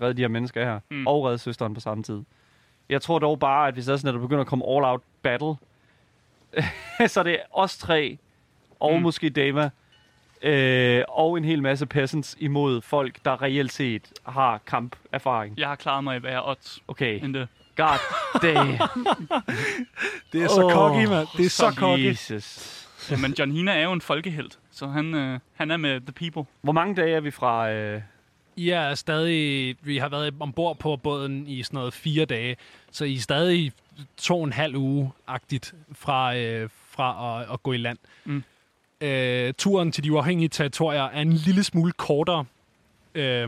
Speaker 2: redde de her mennesker her.
Speaker 3: Mm.
Speaker 2: Mm. Og redde søsteren på samme tid. Jeg tror dog bare, at hvis der er sådan, at der begynder at komme all-out battle, så er det os tre, og
Speaker 3: Mm.
Speaker 2: mm. måske Dama, øh, og en hel masse peasants imod folk, der reelt set har kamperfaring.
Speaker 3: Jeg har klaret mig i værre odds
Speaker 2: Okay.
Speaker 3: end det.
Speaker 2: God damn.
Speaker 1: Det er så
Speaker 2: Åh,
Speaker 1: cocky, mand. Det er så cocky.
Speaker 2: Jesus.
Speaker 3: Jamen, John Hina er jo en folkehelt, så han, øh, han er med the people.
Speaker 2: Hvor mange dage er vi fra... Øh...
Speaker 1: I er stadig... Vi har været ombord på båden i sådan noget fire dage, så I er stadig to og en halv uge-agtigt fra, øh, fra at, at gå i land.
Speaker 3: Mm.
Speaker 1: Øh, turen til de uafhængige territorier er en lille smule kortere, øh,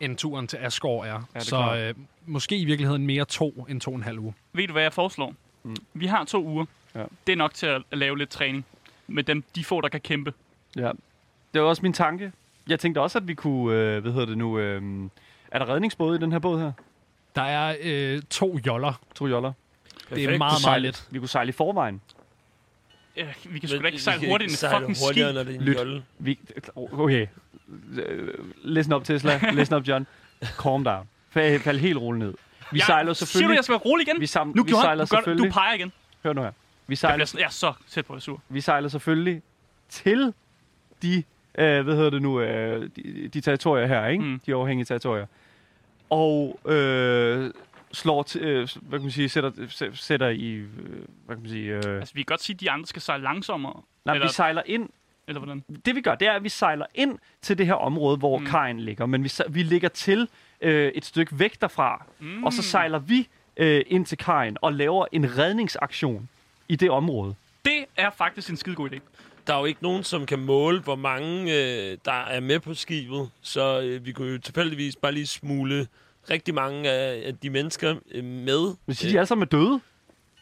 Speaker 1: end turen til Asgård er.
Speaker 2: er
Speaker 1: så
Speaker 2: klart.
Speaker 1: øh, måske i virkeligheden mere to end to og en halv uge.
Speaker 3: Ved du, hvad jeg foreslår? Mm.
Speaker 2: Mm.
Speaker 3: Vi har to uger.
Speaker 2: Ja.
Speaker 3: Det er nok til at lave lidt træning med dem, de få, der kan kæmpe.
Speaker 2: Ja. Det var også min tanke. Jeg tænkte også, at vi kunne... Øh, hvad hedder det nu? Øh... Er der redningsbåde i den her båd her?
Speaker 1: Der er øh, to joller.
Speaker 2: To joller.
Speaker 1: Det
Speaker 4: Perfekt.
Speaker 1: er meget, meget lidt.
Speaker 2: Vi kunne sejle i forvejen.
Speaker 3: Ja, Øh, vi kan sgu da
Speaker 4: Men
Speaker 3: ikke sejle
Speaker 4: vi kan
Speaker 3: hurtigt
Speaker 4: ikke
Speaker 3: end et
Speaker 4: sejle
Speaker 3: fucking ski.
Speaker 4: hurtigere, når det er en
Speaker 2: Lyt.
Speaker 4: jolle.
Speaker 2: Vi... Okay. Øh, Listen up, Tesla. Listen up, John. Calm down. Fa- Fald helt roligt ned. Vi
Speaker 3: Jeg-
Speaker 2: sejler
Speaker 3: Siger du,
Speaker 2: selvfølgelig...
Speaker 3: jeg skal være rolig igen?
Speaker 2: Vi, sam...
Speaker 3: nu
Speaker 2: vi
Speaker 3: gjorde han,
Speaker 2: sejler
Speaker 3: du, gør,
Speaker 2: selvfølgelig...
Speaker 3: du peger igen.
Speaker 2: Hør nu her. Vi
Speaker 3: Jeg,
Speaker 2: sejler
Speaker 3: bliver, sådan- jeg er så tæt på at være sur.
Speaker 2: Vi sejler selvfølgelig til de, øh, hvad hedder det nu, øh, de, de territorier her, ikke?
Speaker 3: Mm.
Speaker 2: Mm. De overhængige territorier. Og øh, slår, t- øh, hvad kan man sige, sætter, sæ- sætter i, øh, hvad kan man sige, øh,
Speaker 3: Altså, vi kan godt sige, at de andre skal sejle langsommere.
Speaker 2: nej,
Speaker 3: eller-
Speaker 2: vi sejler ind.
Speaker 3: Eller hvordan?
Speaker 2: Det vi gør, det er, at vi sejler ind til det her område, hvor
Speaker 3: Mm.
Speaker 2: mm. kajen ligger. Men vi, sej- vi ligger til øh, et stykke væk derfra.
Speaker 3: Mm.
Speaker 2: Mm. Og så sejler vi øh, ind til kajen og laver en redningsaktion i det område.
Speaker 3: Det er faktisk en skide god idé.
Speaker 4: Der er jo ikke nogen, som kan måle, hvor mange øh, der er med på skibet, så øh, vi kunne jo tilfældigvis bare lige smule rigtig mange af, af de mennesker øh, med. Øh,
Speaker 2: Men siger de alle sammen er døde?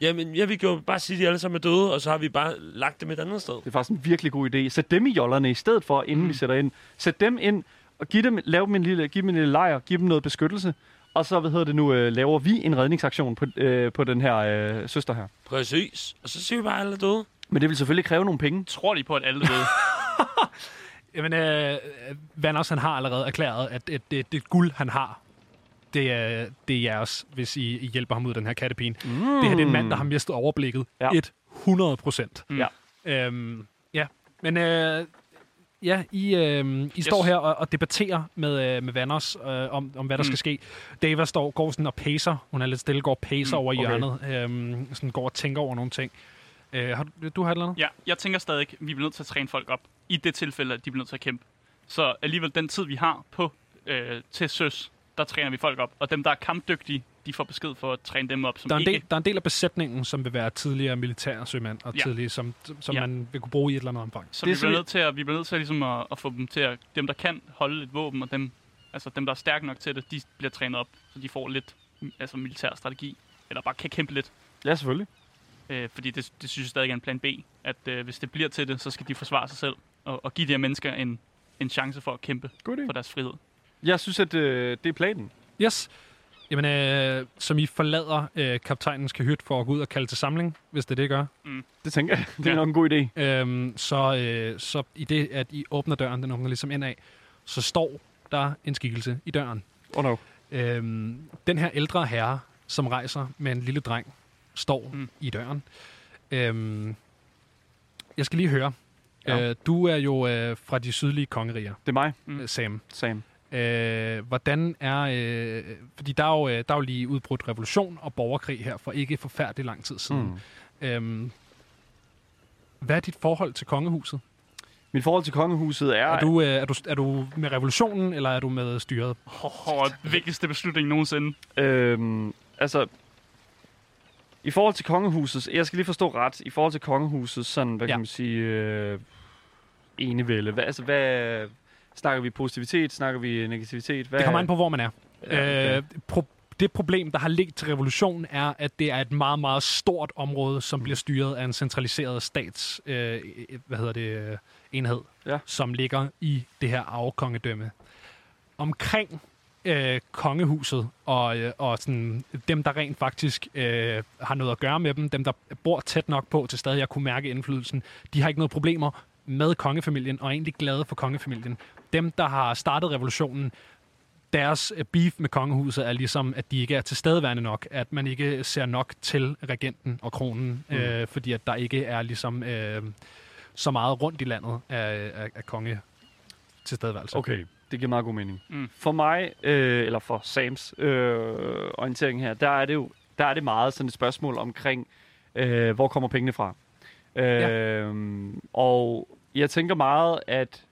Speaker 4: Jamen, jeg vil jo bare sige, at de alle sammen er døde, og så har vi bare lagt dem et andet sted.
Speaker 2: Det er faktisk en virkelig god idé. Sæt dem i jollerne i stedet for, inden mm. vi sætter ind. Sæt dem ind og giv dem, lav dem en lille, giv dem en lille lejr, giv dem noget beskyttelse. Og så, hvad hedder det nu, øh, laver vi en redningsaktion på, øh, på den her øh, søster her.
Speaker 4: Præcis. Og så siger vi bare, at alle er døde.
Speaker 2: Men det vil selvfølgelig kræve nogle penge.
Speaker 3: Tror de på, at alle ved?
Speaker 1: Jamen, øh, Vanders, han har allerede erklæret, at det, det, det guld, han har, det er, det er jeres, hvis I, I hjælper ham ud af den her kattepine. Mm. Det her det er en mand, der har mistet overblikket ja.
Speaker 2: Ja.
Speaker 1: 100 procent.
Speaker 3: Mm. Ja.
Speaker 1: Øhm, ja, men øh, ja, I, øh, I står her og, og debatterer med, øh, med Vanders øh, om, om, hvad der
Speaker 3: Mm.
Speaker 1: mm. skal ske. Dava står, går sådan og pacer. Hun er lidt stille, går og pacer
Speaker 3: Mm,
Speaker 1: mm, over i
Speaker 2: okay.
Speaker 1: hjørnet. Øhm, sådan går og tænker over nogle ting. Øh, har, du- du har et eller andet?
Speaker 3: ja, jeg tænker stadig, vi bliver nødt til at træne folk op. I det tilfælde, at de bliver nødt til at kæmpe. Så alligevel den tid, vi har på øh, til søs, der træner vi folk op. Og dem, der er kampdygtige, de får besked for at træne dem op, som
Speaker 1: der er, en
Speaker 3: ikke...
Speaker 1: del, der er en del af besætningen, som vil være tidligere militære sømænd, og
Speaker 3: Ja.
Speaker 1: ja. tidligere, som, som
Speaker 3: Ja.
Speaker 1: ja. man vil kunne bruge i et eller andet omfang.
Speaker 3: Så
Speaker 2: Det
Speaker 3: vi
Speaker 2: er
Speaker 3: bliver,
Speaker 2: simpel-
Speaker 3: nødt til at, vi bliver nødt til at, ligesom at, at, få dem til at, dem der kan holde et våben, og dem, altså dem der er stærke nok til det, de bliver trænet op, så de får lidt mm, altså militær strategi, eller bare kan kæmpe lidt.
Speaker 2: Ja, selvfølgelig.
Speaker 3: Øh, fordi det, det synes jeg stadig er en plan B, at øh, hvis det bliver til det, så skal de forsvare sig selv, og, og give de her mennesker en, en chance for at kæmpe
Speaker 2: God
Speaker 3: for deres frihed.
Speaker 2: Jeg synes, at øh, det er planen.
Speaker 1: Yes. Jamen, øh, som I forlader øh, kaptajnens kahyt for at gå ud og kalde til samling, hvis det er det, I gør.
Speaker 2: Det tænker jeg. Det er
Speaker 3: Ja.
Speaker 2: ja. nok en god idé.
Speaker 1: Øhm, så, øh, så i det, at I åbner døren, den åbner ligesom indad, så står der en skikkelse i døren.
Speaker 2: Oh no.
Speaker 1: Øhm, den her ældre herre, som rejser med en lille dreng, står
Speaker 3: Mm.
Speaker 1: mm. i døren. Øhm, jeg skal lige høre.
Speaker 2: Ja.
Speaker 1: Ja. Øh, du er jo øh, fra de sydlige kongeriger,
Speaker 2: Det er mig,
Speaker 3: Mm.
Speaker 1: mm. Sam.
Speaker 2: Sam.
Speaker 1: Øh, hvordan er... Øh, fordi der er, jo, øh, der er jo lige udbrudt revolution og borgerkrig her for ikke forfærdelig lang tid siden. Mm.
Speaker 2: Mm.
Speaker 1: Øhm, hvad er dit forhold til kongehuset?
Speaker 2: Mit forhold til kongehuset er...
Speaker 1: Er du, øh, er, du, er du med revolutionen, eller er du med styret?
Speaker 3: Oh, vigtigste beslutning nogensinde.
Speaker 2: Øhm, altså, i forhold til kongehuset, jeg skal lige forstå ret, i forhold til kongehuset, sådan, hvad ja.
Speaker 1: Ja.
Speaker 2: kan man sige, øh, enevælde, hvad, altså, hvad, snakker vi positivitet, snakker vi negativitet, hvad,
Speaker 1: Det kommer an på, hvor man er.
Speaker 2: Ja, okay.
Speaker 1: Øh, pro- Det problem, der har ligget til revolutionen, er, at det er et meget, meget stort område, som bliver styret af en centraliseret stats, øh, hvad hedder det, øh, enhed,
Speaker 2: Ja.
Speaker 1: som ligger i det her arvekongedømme. Omkring øh, kongehuset og, øh, og sådan, dem, der rent faktisk øh, har noget at gøre med dem, dem, der bor tæt nok på til stadig at kunne mærke indflydelsen, de har ikke noget problemer med kongefamilien og er egentlig glade for kongefamilien. Dem, der har startet revolutionen, deres øh, beef med kongehuset er ligesom, at de ikke er tilstedeværende nok, at man ikke ser nok til regenten og kronen, mm. øh, fordi at der ikke er ligesom øh, så meget rundt i landet af, af, af konge tilstedeværelse.
Speaker 2: Okay, det giver meget god mening.
Speaker 3: Mm.
Speaker 2: Mm. For mig, øh, eller for Sams øh, orientering her, der er, det jo, der er det meget sådan et spørgsmål omkring, øh, hvor kommer pengene fra? Øh, ja. Og jeg tænker meget, at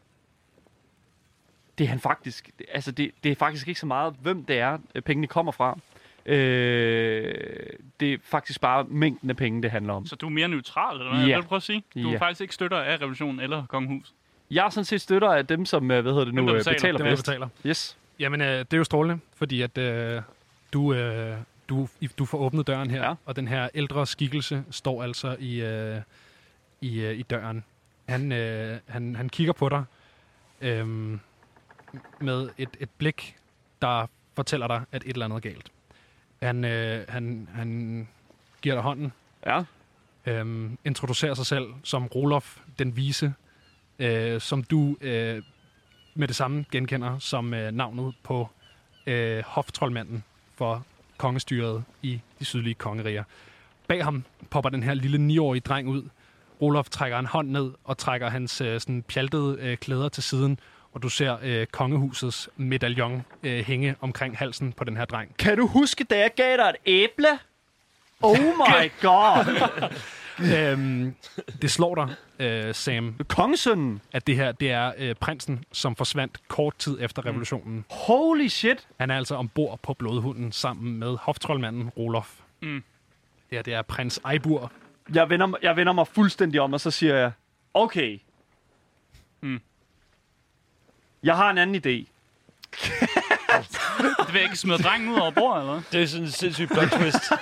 Speaker 2: det er han faktisk, altså det, det er faktisk ikke så meget, hvem det er, øh, pengene kommer fra. Øh, det er faktisk bare mængden af penge, det handler om.
Speaker 3: Så du er mere neutral, eller hvad?
Speaker 2: Ja.
Speaker 3: Yeah. Vil du prøve at sige? Du yeah. er
Speaker 2: Ja.
Speaker 3: faktisk ikke støtter af revolutionen eller kongehus.
Speaker 2: Jeg er sådan set støtter af dem, som øh, hvad hedder det nu,
Speaker 3: Dem, der
Speaker 2: øh,
Speaker 3: betaler.
Speaker 2: betaler
Speaker 1: Dem, der
Speaker 2: bedst.
Speaker 1: betaler.
Speaker 2: Yes.
Speaker 1: Jamen, øh, det er jo strålende, fordi at øh, du, øh, du, i- du får åbnet døren her, ja.
Speaker 2: Ja.
Speaker 1: og den her ældre skikkelse står altså i, øh, i, øh, i døren. Han, øh, han, han kigger på dig øh, med et, et blik, der fortæller dig, at et eller andet er galt. Han, øh, han, han giver dig hånden,
Speaker 2: Ja.
Speaker 1: øhm, introducerer sig selv som Rolof den Vise, øh, som du øh, med det samme genkender som øh, navnet på øh, hoftrollmanden for kongestyret i de sydlige kongeriger. Bag ham popper den her lille 9-årige dreng ud. Rolof trækker en hånd ned og trækker hans øh, sådan pjaltede øh, klæder til siden, og du ser øh, kongehusets medaljon øh, hænge omkring halsen på den her dreng.
Speaker 2: Kan du huske, da jeg gav dig et æble? Oh my god!
Speaker 1: øhm, det slår dig, øh, Sam,
Speaker 2: Kongesønnen!
Speaker 1: at det her det er øh, prinsen, som forsvandt kort tid efter revolutionen.
Speaker 2: Holy shit!
Speaker 1: Han er altså ombord på blodhunden sammen med hoftrollmanden Rolof. Mm. Ja, det er prins Eibur.
Speaker 2: Jeg vender, mig- jeg vender mig fuldstændig om, og så siger jeg, okay. Hmm.
Speaker 3: Mm.
Speaker 2: Jeg har en anden idé.
Speaker 3: Det vil jeg ikke smide drengen ud over bordet, eller hvad?
Speaker 4: Det er sådan en sindssyg plot twist.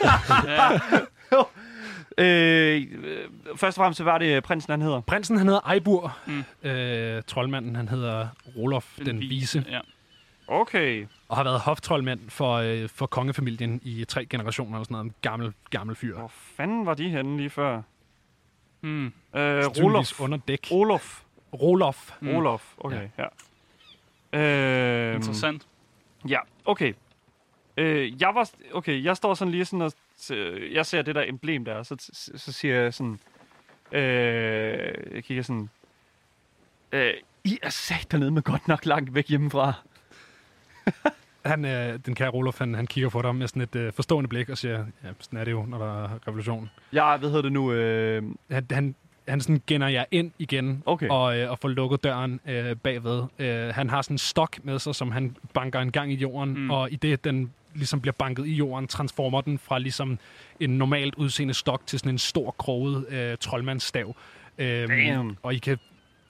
Speaker 2: Øh, øh, først og fremmest, så var det øh, prinsen, han hedder.
Speaker 1: Prinsen han hedder Eibur. Mm. Øh, troldmanden han hedder Rolof den, den vise.
Speaker 3: Ja.
Speaker 2: Okay.
Speaker 1: Og har været hoftrollmand for, øh, for kongefamilien i tre generationer eller sådan noget. En gammel, gammel fyr.
Speaker 2: Hvor fanden var de henne lige før?
Speaker 3: Mm.
Speaker 2: Øh,
Speaker 1: Tydeligvis
Speaker 2: Rolof.
Speaker 1: under dæk.
Speaker 2: Rolof.
Speaker 1: Rolof.
Speaker 3: Mm.
Speaker 2: Rolof. Okay, Hmm. ja. Øh,
Speaker 3: Interessant.
Speaker 2: Ja, okay. Øh, jeg var, okay, jeg står sådan lige sådan og, s- øh, jeg ser det der emblem der, og så, så, så siger jeg sådan, øh, jeg kigger sådan, øh, I er sat dernede med godt nok langt væk hjemmefra.
Speaker 1: Han, øh, den kære Rolof, han, han kigger på dig med sådan et øh, forstående blik og siger, ja, sådan er det jo, når der er revolution.
Speaker 2: Jeg, hvad hedder det nu, øh,
Speaker 1: han, han, han sådan genner jer ind igen
Speaker 2: Okay.
Speaker 1: og, øh, og får lukket døren øh, bagved. Øh, han har sådan en stok med sig, som han banker en gang i jorden, mm. og i det, den ligesom bliver banket i jorden, transformer den fra ligesom en normalt udseende stok til sådan en stor, kroget øh, troldmandsstav. Øhm,
Speaker 2: Damn.
Speaker 1: og I kan,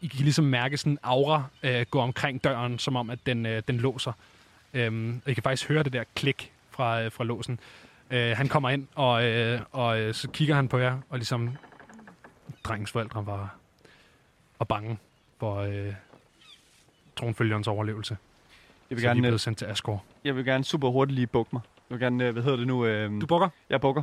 Speaker 1: I kan ligesom mærke sådan en aura øh, gå omkring døren, som om, at den, øh, den låser. Øhm, og I kan faktisk høre det der klik fra, øh, fra låsen. Øh, han kommer ind, og, øh, og øh, så kigger han på jer, og ligesom drengens forældre var, var bange for øh, tronfølgerens overlevelse. Så
Speaker 2: jeg vil,
Speaker 1: de er
Speaker 2: gerne, øh,
Speaker 1: blevet sendt til Asgård.
Speaker 2: jeg vil gerne super hurtigt lige bukke mig. Jeg vil gerne, øh, hvad hedder det nu, øh,
Speaker 1: Du bukker?
Speaker 2: jeg bukker.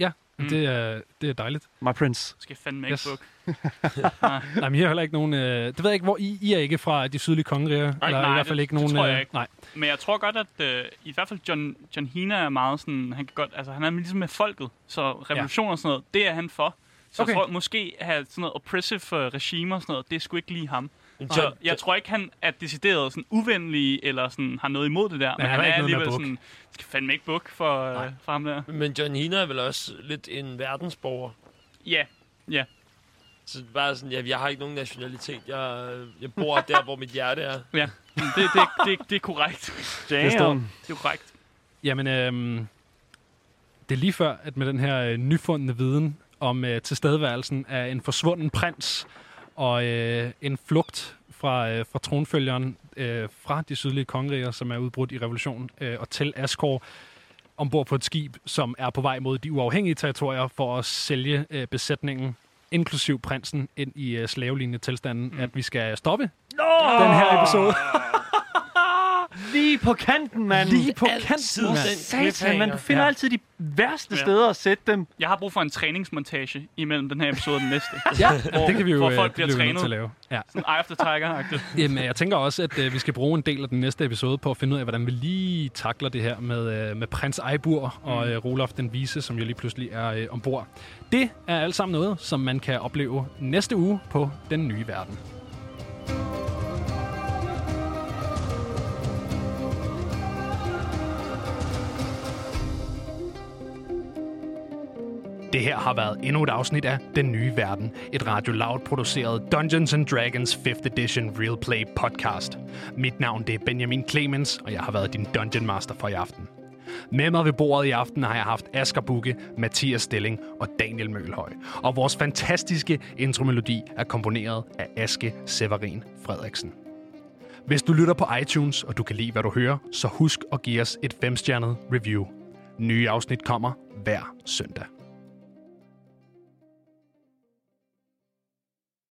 Speaker 1: Ja, mm.
Speaker 3: Mm.
Speaker 1: det, er, det er dejligt.
Speaker 2: My prince.
Speaker 3: Skal jeg fandme ikke
Speaker 1: Yes.
Speaker 3: yes. book.
Speaker 1: Nej, men I har heller ikke nogen... Øh, det ved jeg ikke, hvor I, I er ikke fra de sydlige kongeriger.
Speaker 3: Nej,
Speaker 1: eller i
Speaker 3: nej,
Speaker 1: hvert fald
Speaker 3: det-
Speaker 1: ikke
Speaker 3: det
Speaker 1: nogen...
Speaker 3: tror jeg
Speaker 1: øh,
Speaker 3: ikke.
Speaker 1: Nej,
Speaker 3: Men jeg tror godt, at øh, i hvert fald John, John Hina er meget sådan, han kan godt, altså han er ligesom med folket, så revolution og sådan noget, det er han for. Så okay.
Speaker 1: Okay.
Speaker 3: jeg tror måske, at sådan noget oppressive uh, regimer og sådan noget, det er sgu ikke lige ham.
Speaker 4: John,
Speaker 3: Så jeg tror ikke, han er decideret sådan uvenlig, eller sådan har noget imod det der, men
Speaker 1: han
Speaker 3: han
Speaker 1: er
Speaker 3: er
Speaker 1: ikke noget med at
Speaker 3: alligevel
Speaker 1: bukke.
Speaker 3: sådan, skal fandme ikke bukke for, øh,
Speaker 1: Nej.
Speaker 3: for ham der.
Speaker 4: men John Hina er vel også lidt en verdensborger.
Speaker 3: Ja,
Speaker 4: Så det er bare sådan, jeg, jeg har ikke nogen nationalitet. Jeg, jeg bor der, hvor mit hjerte er.
Speaker 3: ja. Det, det, det, det er korrekt.
Speaker 1: står-
Speaker 2: Damn.
Speaker 3: Det er korrekt.
Speaker 1: Jamen, øh, det er lige før, at med den her øh, nyfundne viden om øh, tilstedeværelsen af en forsvunden prins og øh, en flugt fra, øh, fra tronfølgeren øh, fra de sydlige kongeriger, som er udbrudt i revolutionen, øh, og til Asgård, ombord på et skib, som er på vej mod de uafhængige territorier for at sælge øh, besætningen, inklusiv prinsen, ind i øh, slavelignende tilstanden, mm. at vi skal stoppe
Speaker 2: Nå!
Speaker 1: den her episode.
Speaker 2: Lige på kanten, mand.
Speaker 1: Lige på
Speaker 4: altid
Speaker 1: kanten,
Speaker 4: den
Speaker 1: mand.
Speaker 2: Satan, mand. Du
Speaker 4: cliffhanger.
Speaker 2: finder
Speaker 1: Ja.
Speaker 2: ja. altid de værste
Speaker 3: Ja.
Speaker 2: ja. steder at sætte dem.
Speaker 3: Jeg har brug for en træningsmontage imellem den her episode og den næste.
Speaker 1: Ja,
Speaker 3: Hvor-
Speaker 1: det kan vi jo
Speaker 3: hvor
Speaker 1: øh,
Speaker 3: folk
Speaker 1: det
Speaker 3: bliver
Speaker 1: vi nødt
Speaker 3: trænet.
Speaker 1: til at lave. Ja.
Speaker 3: Sådan Eye of the Tiger-agtigt.
Speaker 1: Jamen, jeg tænker også, at øh, vi skal bruge en del af den næste episode på at finde ud af, hvordan vi lige takler det her med, øh, med prins Eibur
Speaker 3: Mm.
Speaker 1: og øh, Rolof den Vise, som jo lige pludselig er øh, ombord. Det er alt sammen noget, som man kan opleve næste uge på Den Nye Verden. Det her har været endnu et afsnit af Den Nye Verden, et Radio Loud produceret Dungeons and Dragons 5th Edition Real Play podcast. Mit navn det er Benjamin Clemens, og jeg har været din Dungeon Master for i aften. Med mig ved bordet i aften har jeg haft Asger Bukke, Mathias Stilling og Daniel Mølhøj. Og vores fantastiske intromelodi er komponeret af Aske Severin Frederiksen. Hvis du lytter på iTunes, og du kan lide, hvad du hører, så husk at give os et femstjernet review. Nye afsnit kommer hver søndag.